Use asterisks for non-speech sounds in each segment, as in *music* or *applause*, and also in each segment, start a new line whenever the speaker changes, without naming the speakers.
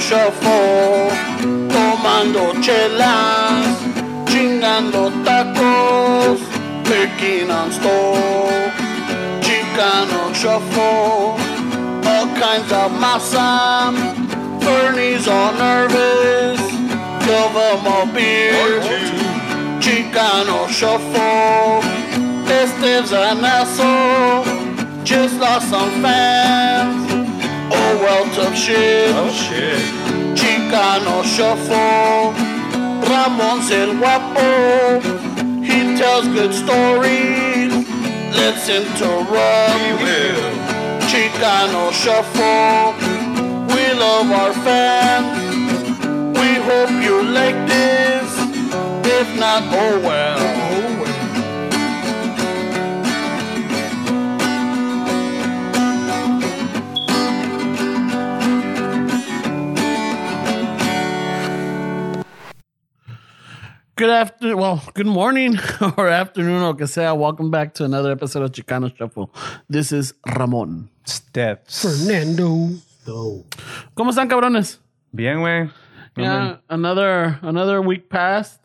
shuffle, tomando chelas, chingando tacos, picking on stove, Chicano shuffle, all kinds of masa. Bernie's all nervous, give 'em a beer. Chicano shuffle, Esteves an asshole, just lost some fans. Oh, well, tough shit.
shit.
Chicano shuffle. Ramon's el guapo. He tells good stories. Let's interrupt.
will.
Chicano shuffle. We love our fans. We hope you like this. If not, oh well.
Good after, well, good morning *laughs* or afternoon or que sea. Welcome back to another episode of Chicano Shuffle. This is Ramón.
Steps.
Fernando.
¿Cómo están, cabrones?
Bien, güey.
Yeah, another another week passed.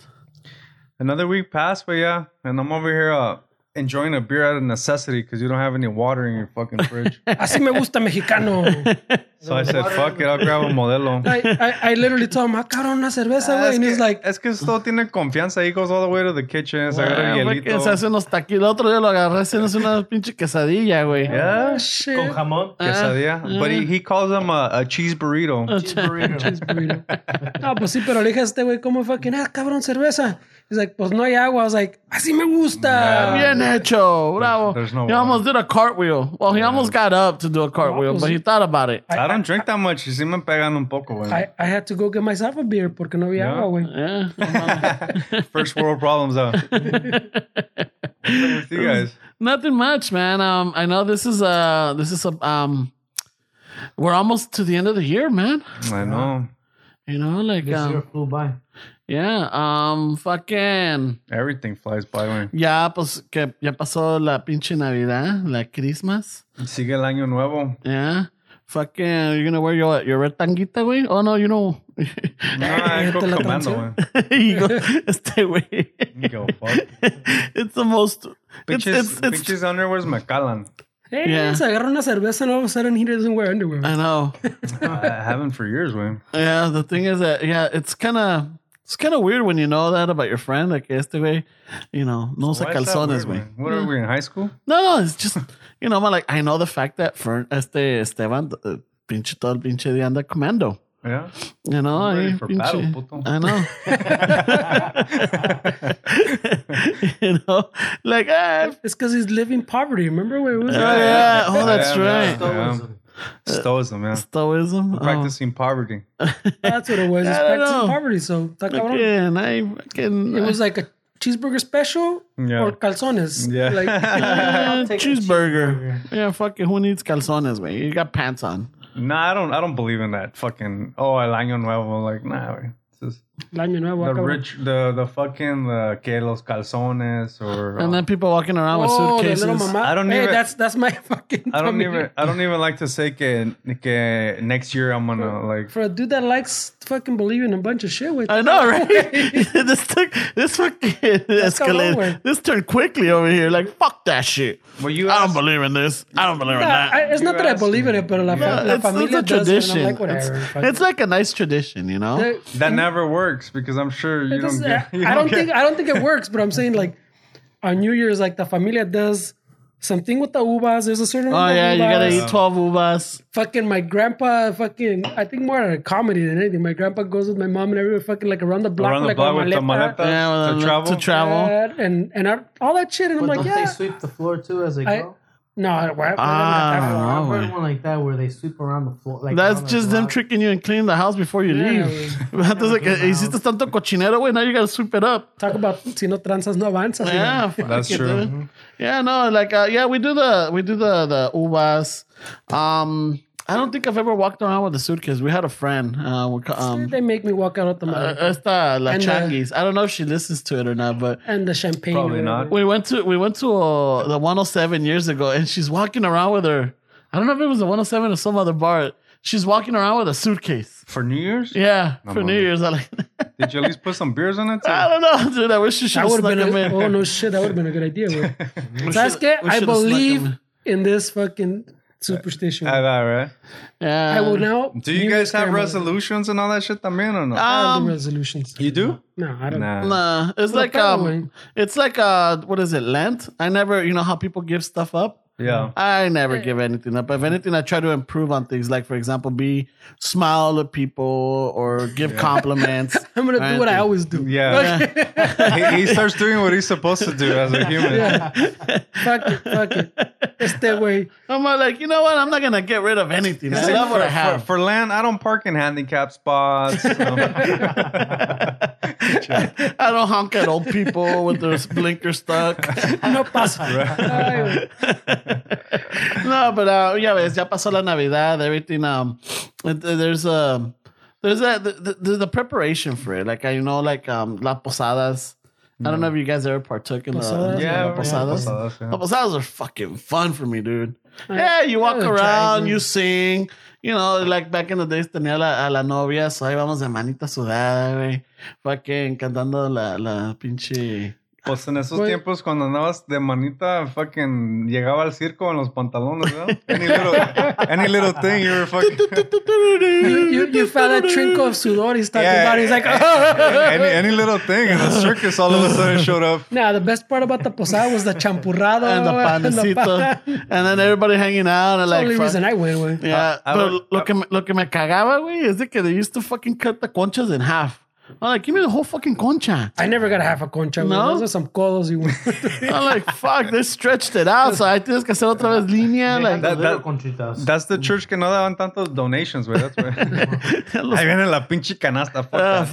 Another week passed, but yeah. And I'm over here uh, enjoying a beer out of necessity because you don't have any water in your fucking
*laughs*
fridge.
Así me gusta mexicano.
so I said, fuck it, I'll grab a
*laughs*
modelo.
I, I, I literally told him, ah, cabrón, una cerveza, güey.
es
And he's
que-
like, "Ah,
es que esto tiene confianza. He goes all the way to the kitchen. Se agarra
Ah, fue que se
hielito.
hace unos taquitos. El otro día lo agarré haciéndose una *laughs* pinche quesadilla, güey.
Yeah.
ah, shit.
Con jamón.
Quesadilla. But he, he calls them a, a cheese burrito.
cheese burrito.
Cheese burrito. No, pues sí, pero le dije a este güey, ¿cómo fucking? Ah, cabrón, cerveza. He's like, pues no hay agua. I was like, así me gusta.
Bien hecho, bravo.
There's no
he
water.
almost did a cartwheel. Well, he almost got up to do a cartwheel,
pues
but he
sí.
thought about it.
I don't drink that much. Y sí me pegan un poco, güey.
I, I had to go get myself a beer porque no había
Yeah.
agua, güey.
Yeah.
First world problems,
*laughs*
though. with you guys.
Nothing much, man. Um, I know this is uh this is a um, we're almost to the end of the year, man.
I know.
You know, like
This year
um,
flew by.
yeah, um, fucking
Everything flies by, güey.
ya pues que ya pasó la pinche Navidad, la Christmas.
Sigue el año nuevo.
Yeah. Fucking, you're gonna wear your your red tanguita, güey. Oh no, you know. *laughs*
No, I go
Te la
comando,
canción.
güey.
you
*laughs*
go, stay away.
You go, fuck.
it's the most. It's,
Bitches,
it's, it's,
bitches underwears me calan.
Eh,
Yeah. Ah.
Se agarra una cerveza and all of a sudden he doesn't wear underwear.
I know.
I haven't for years, güey.
Yeah, the thing is that yeah, it's kind of it's kind of weird when you know that about your friend. Like yesterday, you know, no usa
Why is that
calzones,
weird,
güey.
güey? What are we in high school?
No, no, it's just you know, I'm like I know the fact that Fern, este Esteban, uh, pinche todo el pinche día anda commando.
Yeah.
You know,
I'm ready
ahí,
for battle,
pinche-
puto.
I
*laughs*
know.
*laughs*
you know, *laughs* like ah,
It's because he's living poverty. Remember where it was?
Oh, yeah. Oh, that's
Yeah,
right. Uh,
Yeah. Stoicism, yeah.
Stoicism. Oh.
Practicing poverty.
That's what it was. It's
I don't
practicing
know.
poverty. So, está cabrón.
Oh, Again, I fucking. uh,
It was like a cheeseburger special
Yeah.
or calzones.
Yeah. *laughs*
Like,
uh,
take a
cheeseburger. Yeah, fucking. Who needs calzones, man? You got pants on.
No, I don't. I don't believe in that fucking. Oh, el año nuevo. Like, nah. güey. It's just
el año nuevo,
the
cabrón.
rich, the the fucking uh, que los calzones or.
And
uh,
then people walking around with
Oh, the
suitcases.
little mama.
I don't
hey,
even-
that's that's my *laughs* fucking.
I don't
tummy.
even. I don't even like to say que, que next year I'm gonna like.
For a dude that likes fucking believing a bunch of shit with.
I
*laughs*
know, right? *laughs* this took this fucking *laughs* escalated.
way.
This turned quickly over here. Like fuck that shit.
Well, you
I don't
asked,
believe in this. I don't believe in
Nah,
that.
I, it's not that I
asked
believe in it, but la, fa-
Yeah,
la
it's, it's
familia
a
does it, and
tradition.
I'm like,
it's,
whatever.
*laughs*
fuck
it's like a nice tradition, you know.
it.
that never works because I'm sure you don't
Does-
get. *laughs* You
I don't
get-
think I don't think it works, but I'm saying like on New Year's, like the familia does something with the uvas. There's a certain
Oh
amount of
yeah, you
uvas.
gotta eat twelve uvas.
fucking my grandpa fucking I think more at a comedy than anything. My grandpa goes with my mom and everywhere fucking like around the block
Around the
like
block
on
with the
maleta,
maleta
Yeah, well,
to travel.
To travel.
uh, and and I, all that shit and
But
I'm
don't
like
they
yeah
sweep the floor too as they
I-
go?
no I, I,
Ah,
I've
güey.
heard one like that where they sweep around the floor. Like
That's
around the
just them
block.
tricking you and cleaning the house before you
Yeah,
leave. *laughs* Antes de que hiciste tanto cochinero, güey, now you gotta sweep it up.
talk about si no tranzas no avanzas
Yeah,
That's
fuck it,
true. Mm-hmm.
dude. Yeah, no, like uh, yeah, we do the we do the the uvas. Um, I don't think I've ever walked around with a suitcase. We had a friend. Uh, we, ca- um,
they make me walk out of the
uh,
maleta
esta la
And, uh,
Changuis. I don't know if she listens to it or not, but
and the champagne
Probably
or
not.
we went to we went to uh, the 107 years ago, and she's walking around with her. I don't know if it was the 107 or oh some other bar. She's walking around with a suitcase.
For New Year's?
Yeah,
No
for New
mames.
Year's. I like. *laughs*
Did you at least put some beers on it?
*laughs*
too?
I don't know, *laughs* dude. I wish she should
That
have
would
snuck
have
him
been
in.
a, oh no shit, that would have been a good idea.
*laughs*
güey.
We
¿Sabes
should-
qué?
we
I
should have snuck
believe
him.
in this fucking superstition.
I know, right?
Yeah.
I will now.
Uh, um, Do you
New
guys
Year's
have
ceremony.
resolutions and all that shit también or no?
Ah.
I don't
Um,
do resolutions.
you do?
No, I don't.
Nah.
Nah, it's
Well,
like um,
probably.
it's like uh, what is it? Lent. I never, you know how people give stuff up. *laughs*
Yeah.
I never give anything up. If anything, I try to improve on things. Like for example, be smile at people or give compliments.
I'm gonna do what I always do.
Yeah. he, he starts doing what he's supposed to do as a human.
*laughs*
*laughs* Yeah. fuck it, fuck it. Este güey.
I'm like, you know what? I'm not gonna get rid of anything. I
See,
love what
for,
I have.
For, for land, I don't park in handicap
*laughs*
spots. you know.
I don't honk at old people with their blinker stuck.
*laughs*
No paso. Ay, güey.
no, but uh, yeah, ves, ya pasó la Navidad. Everything. Um, it- there's a there's a the, the, the preparation for it. Like I know, like um, la posadas. I don't know if you guys ever partook in
Mm. Posadas?
the
Yeah,
la
we're-
posadas.
yeah, posadas, yeah.
La posadas are fucking fun for me, dude. Yeah, you walk
Yeah,
around,
dragon.
you sing. You know, like back in the days tenía la, a la novia, so ahí vamos de manita sudada, güey. Fucking cantando la, la pinche...
Pues en esos
Güey.
tiempos cuando andabas de manita, fucking llegaba al circo en los pantalones, ¿no?
*laughs*
Any little, any little thing you were fucking...
You, you, you found that trinkle of sudor he's talking
Yeah.
about. He's like, oh.
any, any little thing and the circus all of a sudden showed up.
Now, the best part about the posada was the champurrado.
and the
güey, *laughs* Oh, and the
panecito.
pan.
and then everybody hanging out. And
The
like,
only
fuck-
reason I went, güey.
yeah,
I- I
but
would-
lo, que me, lo que me cagaba, güey, es de que they used to fucking cut the conchas in half. I'm like, give me the whole fucking concha.
I never got a half a concha, güey.
No?
Those are some codos you went.
*laughs*
*laughs*
I'm like, fuck, they stretched it out. So I tienes que hacer otra vez
*laughs*
línea. Like, *laughs*
that-
little
that-
conchitas.
That's the church que no daban tantos donations, güey. That's
*laughs*
why. *laughs* Ahí viene la pinche canasta. Fuck
Ah,
that.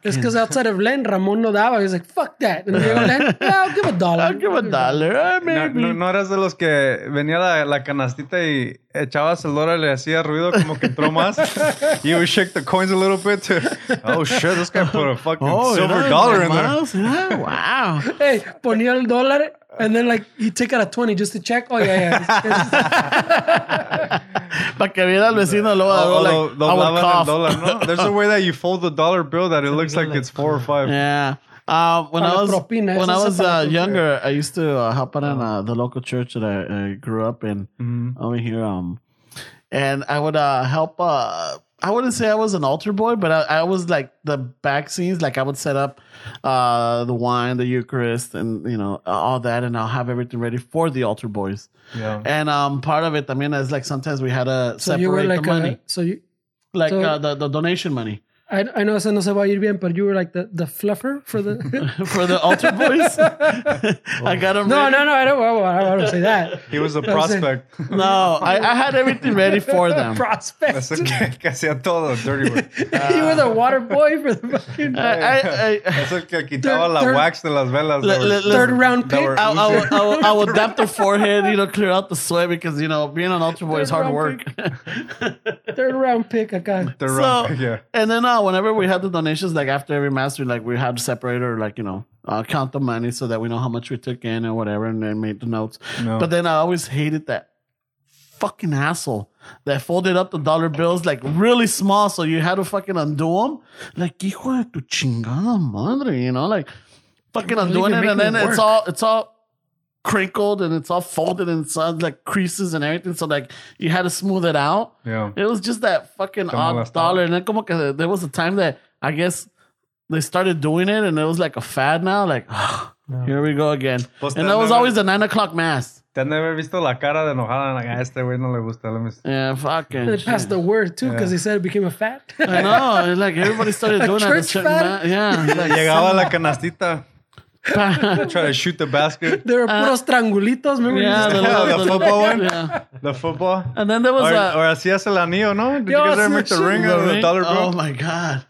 fuck.
*laughs* It's because outside of Len, Ramon no daba. He's like, fuck that. And Diego Len, yeah, I'll give a dollar.
I'll give a dollar. Ah,
No,
maybe.
no, no eras de los que venía la, la canastita y echabas el dólar, le hacía ruido como que entró más.
*laughs*
you would shake the coins a little bit. to- oh shit, this guy put a fucking
Oh,
silver
era
dollar in there.
más. Ah, wow.
Hey, ponía el dólar, and then like he take out a twenty just to check. Oh yeah, yeah. It's- it's-
Para que viera al vecino luego,
*laughs* Oh,
luego like,
lo-
I would
doblaban el
cough.
dólar,
*laughs*
¿no? There's a way that you fold the dollar bill that it looks like it's four or five.
Yeah. Uh, when
Para
I
la
was
propina,
when
eso
I
es
was
para
uh,
la propina.
younger, I used to uh, help out in
Ah.
uh, the local church that I, I grew up in
Mm-hmm.
over here. Um, and I would uh, help. Uh, I wouldn't say I was an altar boy, but I, I was like the back scenes. Like I would set up uh, the wine, the Eucharist, and you know all that, and I'll have everything ready for the altar boys.
Yeah.
And um, part of it, I mean, is like sometimes we had to
so
separate
you were
the
like,
money,
a, so you,
like
so-
uh, the, the donation money *laughs*
I, I know eso no se va a ir bien, but you were like the, the fluffer
*laughs*
for the. *laughs*
for the altar boys. *laughs* I got them.
no, no, no, I don't. I don't want to say that.
He was a
That was it.
prospect.
No, I, I had everything ready
*laughs*
for them.
Prospect. *laughs*
Eso que, *laughs* que hacía todo, dirty
*laughs*
work.
you were the water boy for the fucking
I, I, I,
Es el que quitaba
Third-
la
third-
wax de las velas.
Le- le- le-
third
That
round pick.
were-
I, I, would- I, would- I would damp their forehead, you know, clear out the sweat because, you know, being an ultra boy is hard work.
Third round pick. I
*laughs*
got.
third
so,
round pick, yeah.
and then uh, whenever we had the donations, like after every master, like we had to separate or like, you know, uh, count the money so that we know how much we took in and whatever and then made the notes.
No.
But then I always hated that fucking hassle that folded up the dollar bills like really small, so you had to fucking undo them. Like hijo de tu chingada madre, you know, like fucking undoing
can
it,
make
and then
me
it's
work.
all it's all crinkled and it's all folded inside like creases and everything. So like you had to smooth it out.
Yeah.
*laughs* It was just that fucking odd
molestaba.
dollar, and then como que there was a time that I guess. They started doing it, and it was like a fad now. Like, *sighs* here we go again.
Pues
and
te
that was
andaba-
always the nine o'clock mass.
Te han de haber visto la cara de enojada. like, "Ah, este güey no le gusta. Let me
*laughs*
see."
Yeah, fucking.
They
Oh,
shit.
passed the word too because he said it became a fat. *laughs*
I know. Like everybody started
A
doing that. at a
church
certain
fat?
ma-
*laughs*
yeah. Like,
Llegaba la canastita.
pa- *laughs*
Try to shoot the basket.
There were puros trangulitos. Remember?
Uh, yeah, *laughs*
You
the,
used
the
little- the *laughs*
football one?
Yeah.
The
*laughs*
football.
And then there
Or,
was a.
or hacías el anillo, ¿no? Did
Yo,
you guys ever
sí,
make the
sí,
ring out of the dollar
Oh
bill? *laughs*
my god!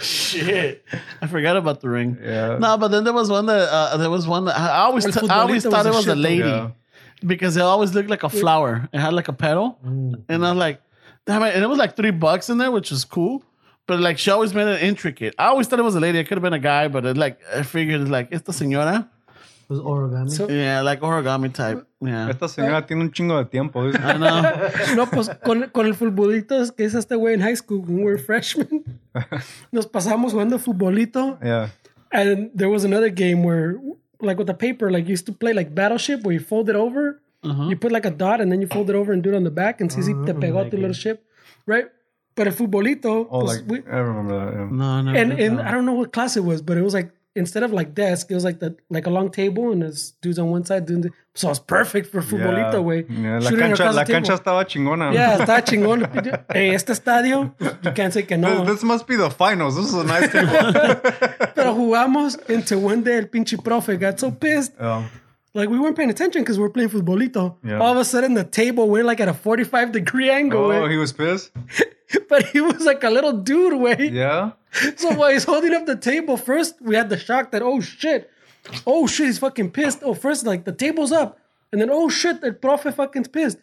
Shit, I forgot about the ring.
Yeah.
No, but then there was one that uh, there was one that I always
El
t- I always
futbolito
thought
was
it
a
was a
shit, though.
lady
Yeah.
because it always looked like a flower. It had like a petal,
Mm.
and I'm like, damn it! And it was like three bucks in there, which is cool. But like she always made it intricate. I always thought it was a lady. It could have been a guy, but it like I figured like esta señora.
was origami.
So-
Yeah, like origami type. Yeah.
Esta señora tiene un chingo de tiempo. dice.
I know.
No, pues con, con el futbolito es que es este güey en high school, when we were freshmen,
*laughs*
nos pasamos jugando futbolito.
Yeah.
And there was another game where, like with the paper, like you used to play like Battleship, where you fold it over,
Uh-huh.
you put like a dot, and then you fold it over and do it on the back, and see si te pegó tu little ship, right? But el futbolito,
Oh,
pues,
like,
we,
I remember that. yeah.
No, no.
and and I don't know what class it was, but it was like instead of like desk, it was like the like a long table, and there's dudes on one side doing the so it's perfect for futbolito, güey.
Yeah, La,
Shooting
cancha,
across
la
the table.
cancha estaba chingona. *laughs*
Yeah, está chingón. Eh, este estadio, you can't say que
This,
no.
this must be the finals. This is a nice
*laughs*
table.
Pero jugamos until one day el pinche profe got so pissed.
yeah.
Like we weren't paying attention because we were playing futbolito.
Yeah.
All of a sudden the table went like at a 45 degree angle.
Oh,
güey.
he was pissed?
but he was like a little dude, way.
Yeah.
So while he's holding up the table, first we had the shock that, oh shit. Oh shit, he's fucking pissed. Oh, first like the table's up. And then oh shit, the profe
*laughs*
fucking's pissed.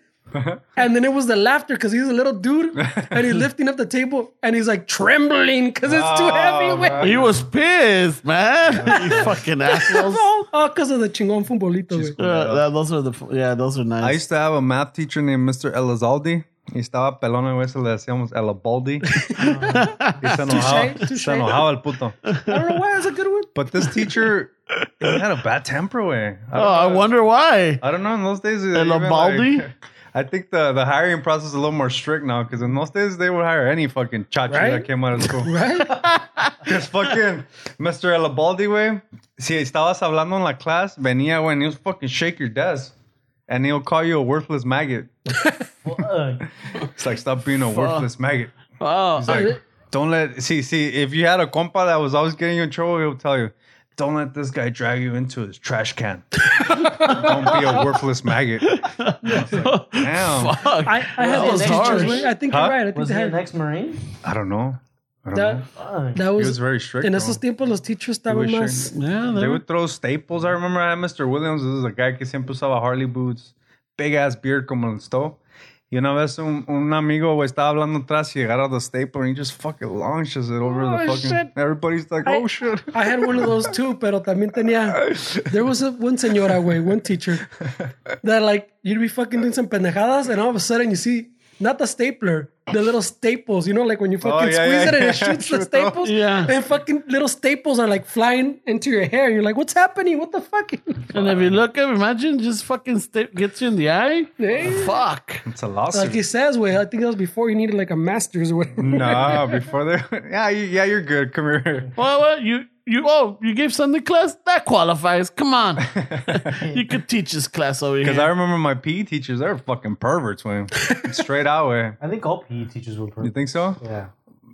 And then it was the laughter because he's a little dude
*laughs*
and he's lifting up the table and he's like trembling because it's too
Oh,
heavy. güey.
man.
He was pissed, man. *laughs* you fucking assholes.
Oh, because of the chingón futbolito. güey.
Uh, that- those are the f- yeah, those are
I
nice.
used to have a math teacher named Mr. Elizaldi. Y estaba pelón y se le decíamos
*laughs*
Elabaldi. y se enojaba,
Touché,
se
touché.
enojaba el puto.
I don't know why that's a good one.
But this teacher, he had a bad temper, way.
Oh, I wonder why.
I don't know. In those days, they
El
even,
Obaldi?
like- *laughs* I think the, the hiring process is a little more strict now because in those days they would hire any fucking chachi that
Right?
came out of school.
Right?
Because fucking Mr. Elabaldi, güey, si estabas hablando en la class, venía, güey, and he was fucking shake your desk and he'll call you a worthless maggot.
Fuck.
It's like, stop being a worthless maggot.
Oh,
It's like, don't let, see, see, if you had a compa that was always getting you in trouble, he'll tell you, don't let this guy drag you into his trash
*laughs*
can. don't be a worthless maggot. I was
*laughs*
like, Damn.
*laughs* fuck.
I, I had
That
those
was
teachers.
harsh.
güey. I think
Huh?
you're right. I think
Was
they
he
had
an ex-marine?
I don't know. I don't
that.
know.
Fuck.
That
He
was,
was very strict.
en
though.
esos tiempos los teachers estaban
was
yeah,
más.
they
they
Uh-huh.
would throw staples. I remember I had Mr. Williams. This is a guy que siempre usaba Harley boots, big ass beard como el stove. Y una vez un, un amigo güey, estaba hablando atrás y agarra the staple and he just fucking launches it over
Oh,
the fucking.
shit.
Everybody's like, oh shit.
I had one of those too, pero también tenía. There was a, one señora, güey, one teacher, that like you'd be fucking doing some pendejadas, and all of a sudden you see not the stapler, the little staples. You know, like when you fucking
Oh, yeah,
squeeze
yeah,
it and
yeah, *laughs*
it shoots
true.
the staples,
Yeah.
and fucking little staples are like flying into your hair. You're like, what's happening? What the fuck?
*laughs*
*laughs*
and if you look up, imagine just fucking sta- gets you in the eye.
Yeah.
Fuck.
It's a
Eh? Like
lawsuit.
he says, way I think that was before you needed like a master's or whatever.
Mm. no, before they. *laughs* Yeah, you, yeah, you're good. Come
*laughs*
here.
Well, well, you you oh you gave Sunday class that qualifies. Come *laughs* on, you could teach this class over
Because I
here.
remember my PE teachers, they were fucking perverts, man.
*laughs*
Straight out, way.
I think all PE teachers were
You
perfect.
think so?
*laughs* Yeah.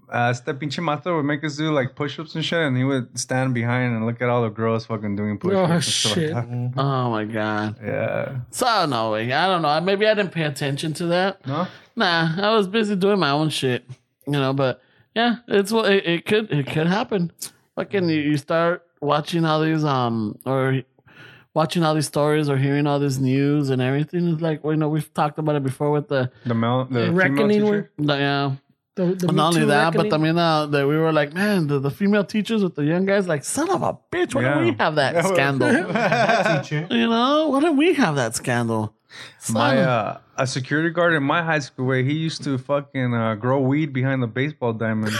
uh, este pinche mato would make us do like push-ups and shit, and he would stand behind and look at all the girls fucking doing push-ups.
Oh,
and stuff
shit.
Like that.
Oh my god.
Yeah.
So no, way. I don't know. Maybe I didn't pay attention to that.
No.
Nah, I was busy doing my own shit, you know. But yeah, it's what it, it could it could happen. Fucking, you, you start watching all these um or watching all these stories or hearing all this news and everything. It's like well, you know we've talked about it before with the
The male, the female
Reckoning
teacher.
the yeah.
The, the
Not
Me
only
Too
that,
reckoning.
but I mean uh, that we were like, man, the, the female teachers with the young guys, like son of a bitch, why don't
Yeah.
we have that scandal?
*laughs*
Teacher.
you know, why don't we have that scandal? Son
My
of-
uh, a security guard in my high school way, he used to fucking uh, grow weed behind the baseball diamond.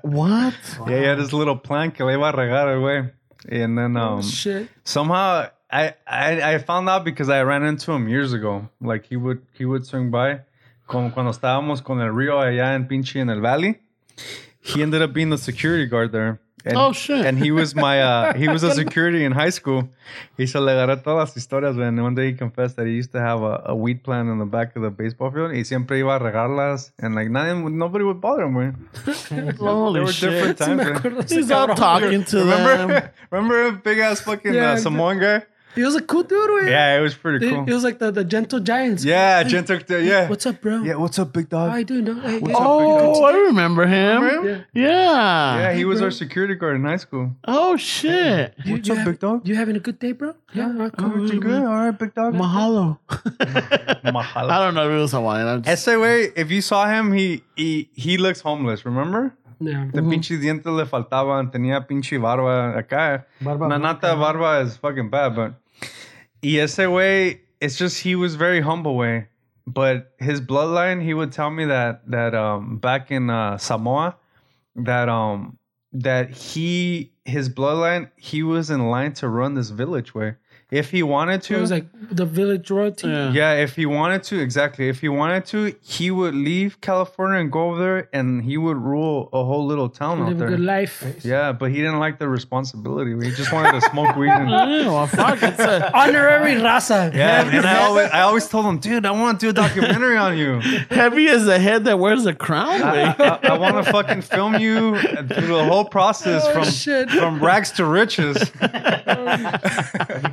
what?
yeah, he had his little plant que le iba a regar away. And then um,
shit.
somehow I, I I found out because I ran into him years ago. Like he would he would swing by como cuando estábamos con el río allá en pinche en el valley. He ended up being the security guard there. And,
Oh, shit.
And he was my
*laughs*
uh, he was a security in high school. He se le agarré todas las historias. man. And one day he confessed that he used to have a, a weed plant in the back of the baseball field. Y siempre iba a regarlas. And like nadie, nobody would bother him. man. There
Holy
were different
shit!
*laughs* Sí
times.
me
man.
acuerdo de ese
He's all
cabrón.
talking to them.
Remember, *laughs* remember big ass fucking
Yeah,
uh, Samoan guy?
He was a cool dude, güey.
Yeah, it was pretty
It,
cool.
it was like the, the gentle giants.
Yeah, Jen took the yeah.
What's up, bro?
Yeah, what's up, big
How Oh, you
dog?
doing, dog? Hey,
What's
hey.
up?
Oh, I remember him.
Remember him?
Yeah.
Yeah, he was
bro.
our security guard in high school.
Oh shit!
You-
What's
you
up,
having-
big dog?
You having a good day, bro? Yeah. all right, cool.
You good? All right, big dog. *laughs*
Mahalo. I
Mahalo.
*laughs* don't know if it was Hawaiian. I'm just,
Ese way, if you saw him, he he he looks homeless. Remember?
Yeah.
De pinches dientes le faltaban, tenía pinche barba acá.
Barba
Nanata barba is fucking bad, but. Y ese way, it's just he was very humble way. But his bloodline, he would tell me that that um back in uh, Samoa, that um that he his bloodline he was in line to run this village way if he wanted to.
It was like the village royalty.
Yeah.
Yeah, if he wanted to, exactly. If he wanted to, he would leave California and go over there, and he would rule a whole little town out
Live a
there.
good life.
Yeah, but he didn't like the responsibility. He just wanted to smoke weed. *laughs* And,
Yeah, well, Oh, fuck, it's a-
Honorary Raza.
yeah, and I always, I always told him, dude, I want to do a documentary on you.
*laughs* heavy as the head that wears a crown.
I,
Way.
I, I want to fucking film you through the whole process
Oh,
from
shit.
from rags to *laughs* riches.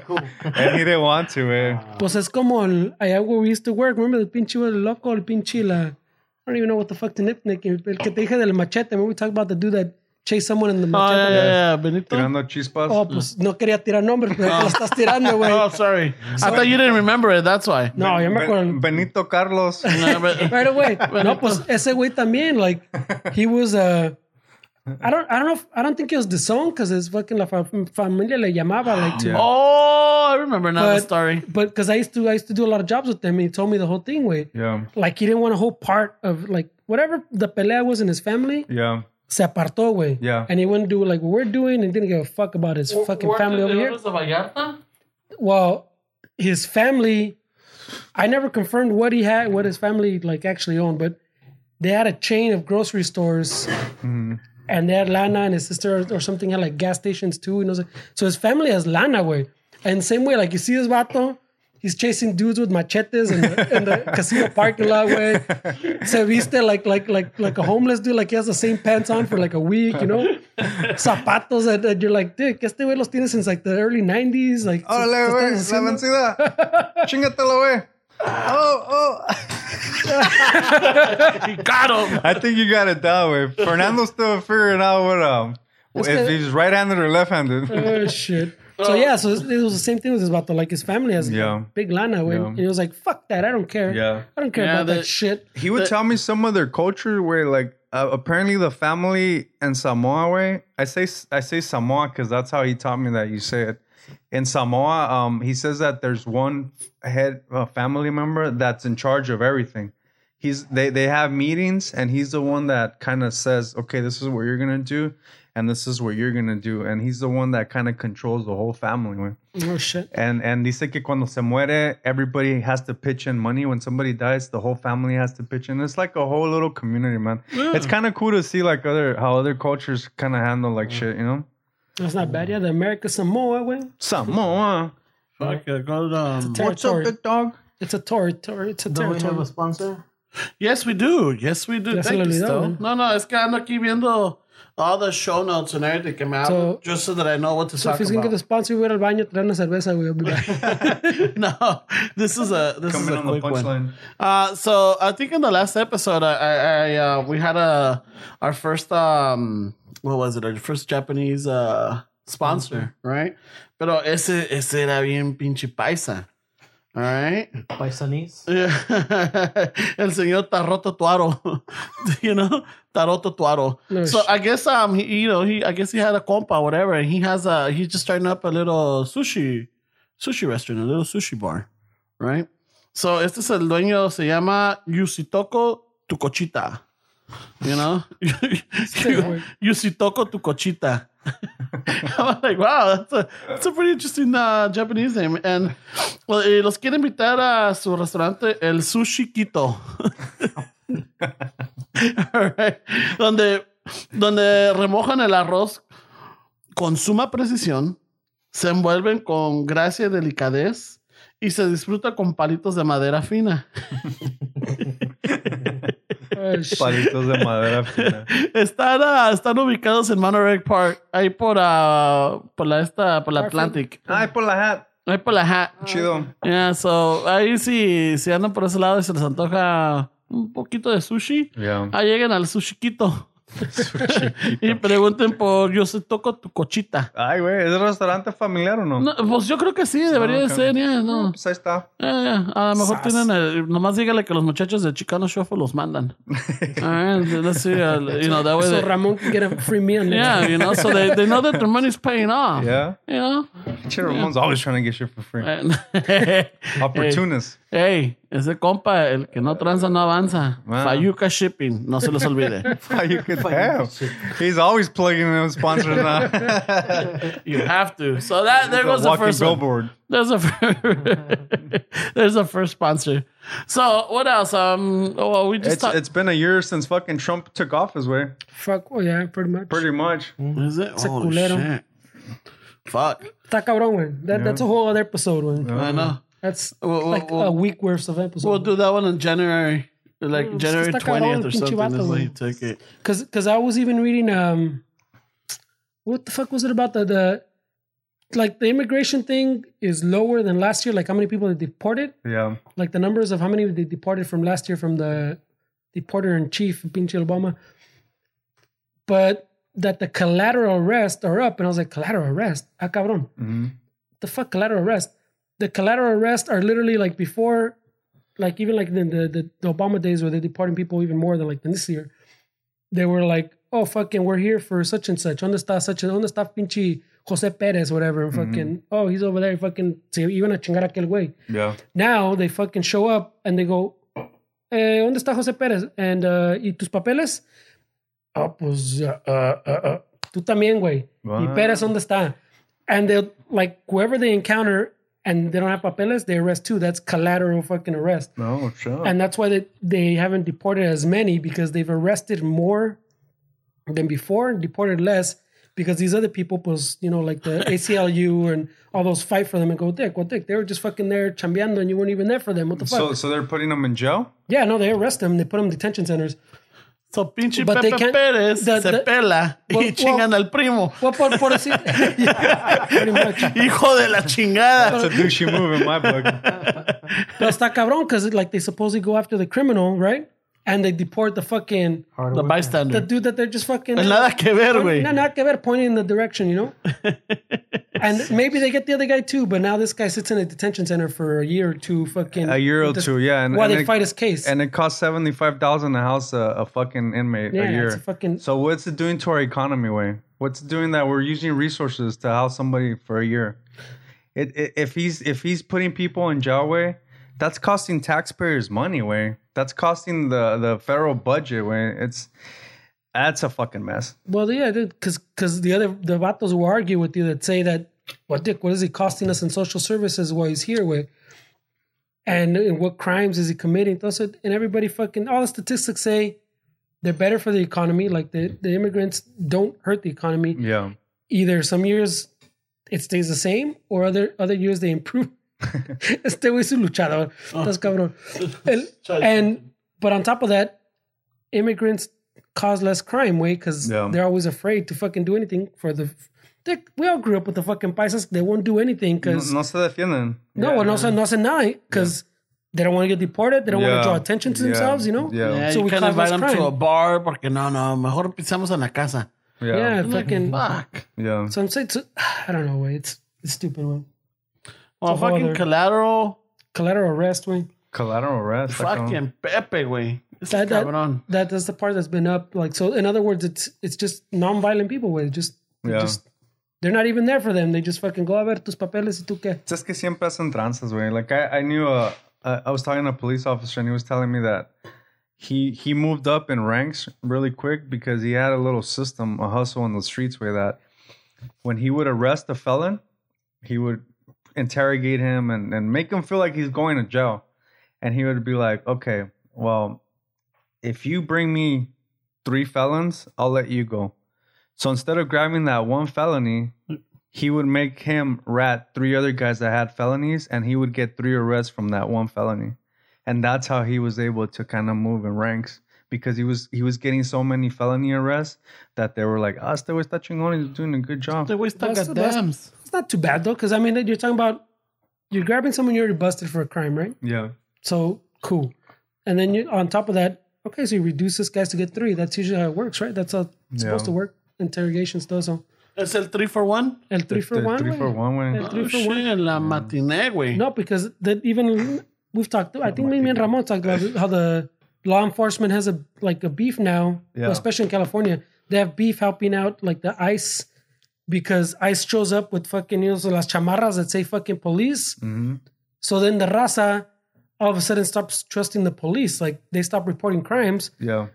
Cool.
And he didn't want to, eh. man.
Pues es como el, allá where we used to work. Remember the pinche el loco, el pinche la. I don't even know what the fuck the nickname. El que te dije del machete. Remember we talked about the dude that chased someone in the
Oh, yeah,
machete.
yeah, yeah, Benito.
Tirando chispas.
Oh, pues no quería tirar nombres, pero te lo estás tirando,
*laughs*
güey.
Oh, sorry. I thought you didn't remember it. That's *laughs* why.
No, yo me acuerdo.
Ben- Benito Carlos.
No, but-
right away. No, pues ese güey también, like he was uh I don't I don't know if, I don't think he was disowned because his fucking la fam- familia le llamaba like to
Yeah.
oh, I remember now the
but,
story.
But because I used to I used to do a lot of jobs with them and he told me the whole thing way.
Yeah,
Like he didn't want a whole part of like whatever the pelea was in his family,
yeah.
se apartó way.
Yeah.
And he wouldn't do like what we're doing and didn't give a fuck about his fucking family over here. Well, his family, I never confirmed what he had, what his family like actually owned, but they had a chain of grocery stores, and they had Lana and his sister or something had like gas stations too. You know, so- so his family has Lana way, and same way like you see this vato. He's chasing dudes with machetes in the,
*laughs*
in the casino parking lot way. Se viste like like like like a homeless dude. Like he has the same pants on for like a week, you know. Zapatos that, that you're like, dude, este güey los tiene since like the early '90s. Like,
Órale,
¿qué
güey,
estás
la
haciendo?
vencida.
*laughs*
Chingatelo, güey. Oh, oh.
You got him.
*laughs* I think you got it that way. Fernando's still figuring out what um if
good.
he's right handed or left handed.
*laughs* Oh shit. So yeah, so it was the same thing with his vato. Like his family has
Yeah.
big lana, wey.
Yeah.
and he was like, "Fuck that, I don't care.
Yeah.
I don't care
Yeah,
about that,
that-
shit."
He would tell me some of their culture where like uh, apparently the family in Samoa way. I say I say Samoa because that's how he taught me that you say it. In Samoa, um, he says that there's one head uh, family member that's in charge of everything. He's they they have meetings and he's the one that kind of says, okay, this is what you're gonna do, and this is what you're gonna do, and he's the one that kind of controls the whole family. man.
Oh shit.
And and dice que cuando se muere, everybody has to pitch in money. When somebody dies, the whole family has to pitch in. It's like a whole little community, man. It's kind of cool to see like other how other cultures kind of handle like shit, you know?
That's not bad. Yeah, the America Samoa, way.
Samoa.
Fuck, uh, go to, um,
What's up,
Territory.
big dog?
It's a territory. It's a
Do we have a
territory.
sponsor?
Yes, we do. Yes, we do.
Ya se
Thank
le
you,
olvidó,
Stone.
eh.
No, no, es que ando aquí viendo all the show notes and everything que me hablan,
So-
just so that I know what to
So if
talk
he's gonna get a
about.
sponsor, we're al baño, traer una cerveza, güey. I'll
*laughs*
be back.
no, this is a this
Coming
is a
on the
quick one.
punchline.
Uh, so I think in the last episode, I, I, I uh, we had a our first um, what was it? Our first Japanese uh sponsor, right? Pero ese ese era bien pinche paisa. All right.
Paisanese?
*laughs* El señor Taroto Tuaro, *laughs* you know, Taroto Tuaro.
No
so
sh-
I guess um, he, you know, he I guess he had a compa or whatever, and he has a he's just starting up a little sushi, sushi restaurant, a little sushi bar, right? So este es el dueño, se llama Yusitoko Tucochita, you know, *laughs*
güey.
Yusitoko Tucochita. *laughs* I'm like, wow, that's a, that's a pretty interesting uh, Japanese name. And well, eh, los quiere invitar a su restaurante El Sushi Quito. *laughs* All right. donde, donde remojan el arroz con suma precisión, se envuelven con gracia y delicadez y se disfruta con palitos de madera fina. *laughs*
Oh, shit.
Palitos de *laughs* madera fina.
Están, ah, están ubicados en Monterey Park, ahí por, ah, por la, esta, por la Atlantic,
Ay, por la hat.
ahí por la hat.
Chido.
Yeah, so ahí si, si andan por ese lado y se les antoja un poquito de sushi,
Yeah.
Ah, ahí lleguen al sushiquito. Y pregunten por Yo se toco tu cochita.
*laughs* Ay, güey, ¿es restaurante familiar o no?
No, pues yo creo que sí, debería de
ok.
ser, ya, no.
Pues ahí está.
Eh, a lo mejor
Sas.
tienen. eh, nomás dígale que los muchachos de Chicano Shuffle los mandan. Eh, let's see, uh, you know, that way.
So
they-
Ramon can get a free meal.
yeah, you know, so they, they know that their money's paying off.
Yeah.
You know?
Che, Ramon's always trying to get shit for free.
*laughs* Eh,
Opportunist.
Hey, ese compa, el que no tranza no avanza.
Wow.
Fayuca Shipping, no se les olvide.
*laughs* Why you could have. He's always plugging in
*laughs*
sponsors now.
You have to. So that there goes the
Walking
first one.
billboard.
There's a fir- *laughs* there's a first sponsor. So what else? Um, oh, well, we just
It's,
talked.
it's been a year since fucking Trump took office, way.
Fuck, oh yeah, pretty much.
Pretty much.
Is it? It's
a culero.
Fuck.
Está cabrón, güey. That, That's a whole other episode, güey.
I know.
That's
Well, well,
like a
well-
week worth of episodes.
We'll do that one in January, like
Mm,
January
está cabrón el
twentieth or
pinche
something.
vato,
That's when he
güey.
took it.
Cause, cause I was even reading um, what the fuck was it about the the, like the immigration thing is lower than last year. Like how many people they deported?
Yeah.
Like the numbers of how many they deported from last year from the deporter in chief, pinche Obama. But that the collateral arrests are up, and I was like, collateral arrest, ah cabrón, the fuck collateral arrest? The collateral arrests are literally like before, like even like the the, the, the Obama days where they're deporting people even more than like than this year. They were like, oh fucking, we're here for such and such. ¿Dónde está such and dónde está pinche Jose Perez, whatever? Fucking, oh he's over there. Fucking, se iban a chingar a aquel güey.
Yeah.
Now they fucking show up and they go, eh, ¿dónde está José Pérez? And, uh, ¿Y tus papeles? Ah, pues, ah, ah, ah, ah. tú también, güey. ¿Y
Wow.
Pérez dónde está? And they'll, like, whoever they encounter and they don't have papeles, they arrest too. That's collateral fucking arrest.
No, sure.
And that's why they, they haven't deported as many because they've arrested more than before and deported less because these other people was, you know, like the ACLU and all those fight for them and go, Dick, well, Dick, they were just fucking there chambeando and you weren't even there for them. What the fuck?
so, so they're putting him in
*laughs*
jail?
yeah, no, they arrest them. They put them in detention centers.
So pinche
But they
Pepe
can't-
Pérez
the-
se
the-
pela y
Well,
chingan al primo.
Well, por, por decir, Yeah, pretty much.
Hijo de la chingada.
That's a douchey move in my book.
Pero está cabrón because like they supposedly go after the criminal, right? And they deport the fucking
The
the
bystander. Pues
dude that they're just fucking.
Nada que ver, güey.
No, not que ver, pointing in the direction,
*laughs*
you know? and maybe they get the other guy too, but now this guy sits in a detention center for a year or two fucking.
A year or
with this-
two, yeah. And,
While
and
they
it-
fight his case.
And it costs seventy five thousand a house a, a fucking inmate
Yeah,
a
it's
year.
a fucking-
so what's it doing to our economy? Way what's it doing that we're using resources to house somebody for a year? It, it, if he's if he's putting people in jail, way that's costing taxpayers money. Way that's costing the the federal budget. Way it's that's a fucking mess.
well, yeah, because because the other the vatos will argue with you that say that, well, Dick, what is he costing us in social services while he's here with? And, and what crimes is he committing? Those are- and everybody fucking all the statistics say they're better for the economy. Like the, the immigrants don't hurt the economy.
Yeah,
either some years it stays the same or other other years
*laughs*
they improve. este güey es un luchador.
Ah.
Estás cabrón. El- and but on top of that, immigrants cause less crime, way because
Yeah.
they're always afraid to fucking do anything for the. They, we all grew up with the fucking paisas. They won't do anything
no,
because
no se defienden.
no, no, no, se- no, no, because they don't want to get deported. They don't want
Yeah.
to draw attention to
Yeah.
themselves. You know.
Yeah.
Yeah,
So
you
we
can't
call
invite
this
them to
crime.
a bar porque no, no, mejor pisamos en la casa.
Yeah,
Yeah,
fucking.
Fuck.
yeah.
So I'm saying, so, *sighs* I don't know. Way it's it's stupid. Way
Well,
whole
fucking
other-
collateral.
collateral arrest. Way.
Collateral arrest. like, um,
Fucking Pepe, güey. Ese
That- that-
cabrón.
that that's the part that's been up like so in other words it's it's just non-violent people with just they
Yeah.
just they're not even there for them they just fucking go a ver tus papeles y tú qué
It's just que siempre hacen tranzas, güey. Like I, I knew uh, I I was talking to a police officer and he was telling me that he he moved up in ranks really quick because he had a little system, a hustle in the streets where that when he would arrest a felon, he would interrogate him and, and make him feel like he's going to jail. And he would be like, Okay, well, if you bring me three felons, I'll let you go. So instead of grabbing that one felony, he would make him rat three other guys that had felonies and he would get three arrests from that one felony and that's how he was able to kind of move in ranks because he was he was getting so many felony arrests that they were like ah este güey está chingón he's doing a good job
Este güey está
That's- that's-
goddams.
it's not too bad though because I mean you're talking about you're grabbing someone you already busted for a crime right
yeah
so cool and then you on top of that okay, so you reduce this guys to get three. That's usually how it works, right? That's how it's supposed to work. Interrogations, does so.
Es el 3 for 1.
El three for
The
one.
Three
güey.
for one, güey.
El three
Oh,
for one.
La matinee, güey.
No, because that even we've talked. I think me and Ramon talked about how the law enforcement has a like a beef now,
Yeah.
especially in California. They have beef helping out like the ICE because ICE shows up with fucking you know, so las chamarras that say fucking police. So then the raza all of a sudden stops trusting the police. Like they stop reporting crimes
Yeah,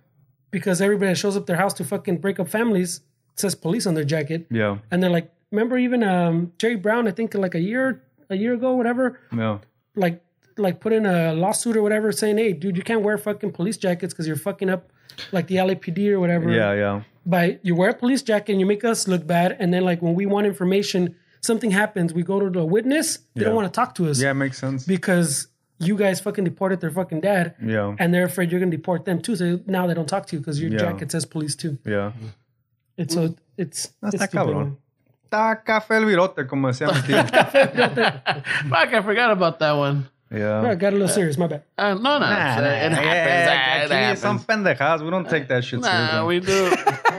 because everybody that shows up their house to fucking break up families says police on their jacket
yeah,
and they're like, remember even um, Jerry Brown? I think like a year, a year ago, whatever.
yeah.
Like, like put in a lawsuit or whatever, saying, hey, dude, you can't wear fucking police jackets because you're fucking up like the LAPD or whatever.
Yeah, yeah.
By you wear a police jacket and you make us look bad, and then like when we want information, something happens, we go to the witness. They don't
Yeah.
want to talk to us
Yeah, makes sense.
because you guys fucking deported their fucking dad.
Yeah.
And they're afraid you're gonna deport them too. So now they don't talk to you because your
Yeah.
jacket says police too.
Yeah.
And so it's
That's
it's
that
stupid,
cabrón.
man.
Está café el virote, como decía mi tío.
Fuck, I forgot about that one.
All
Yeah.
right, got a little serious. My bad.
Uh, no, no. it's- it happens.
Yeah,
it
Aquí son
happens.
pendejadas. We don't take that shit seriously.
Nah,
*laughs*
we do.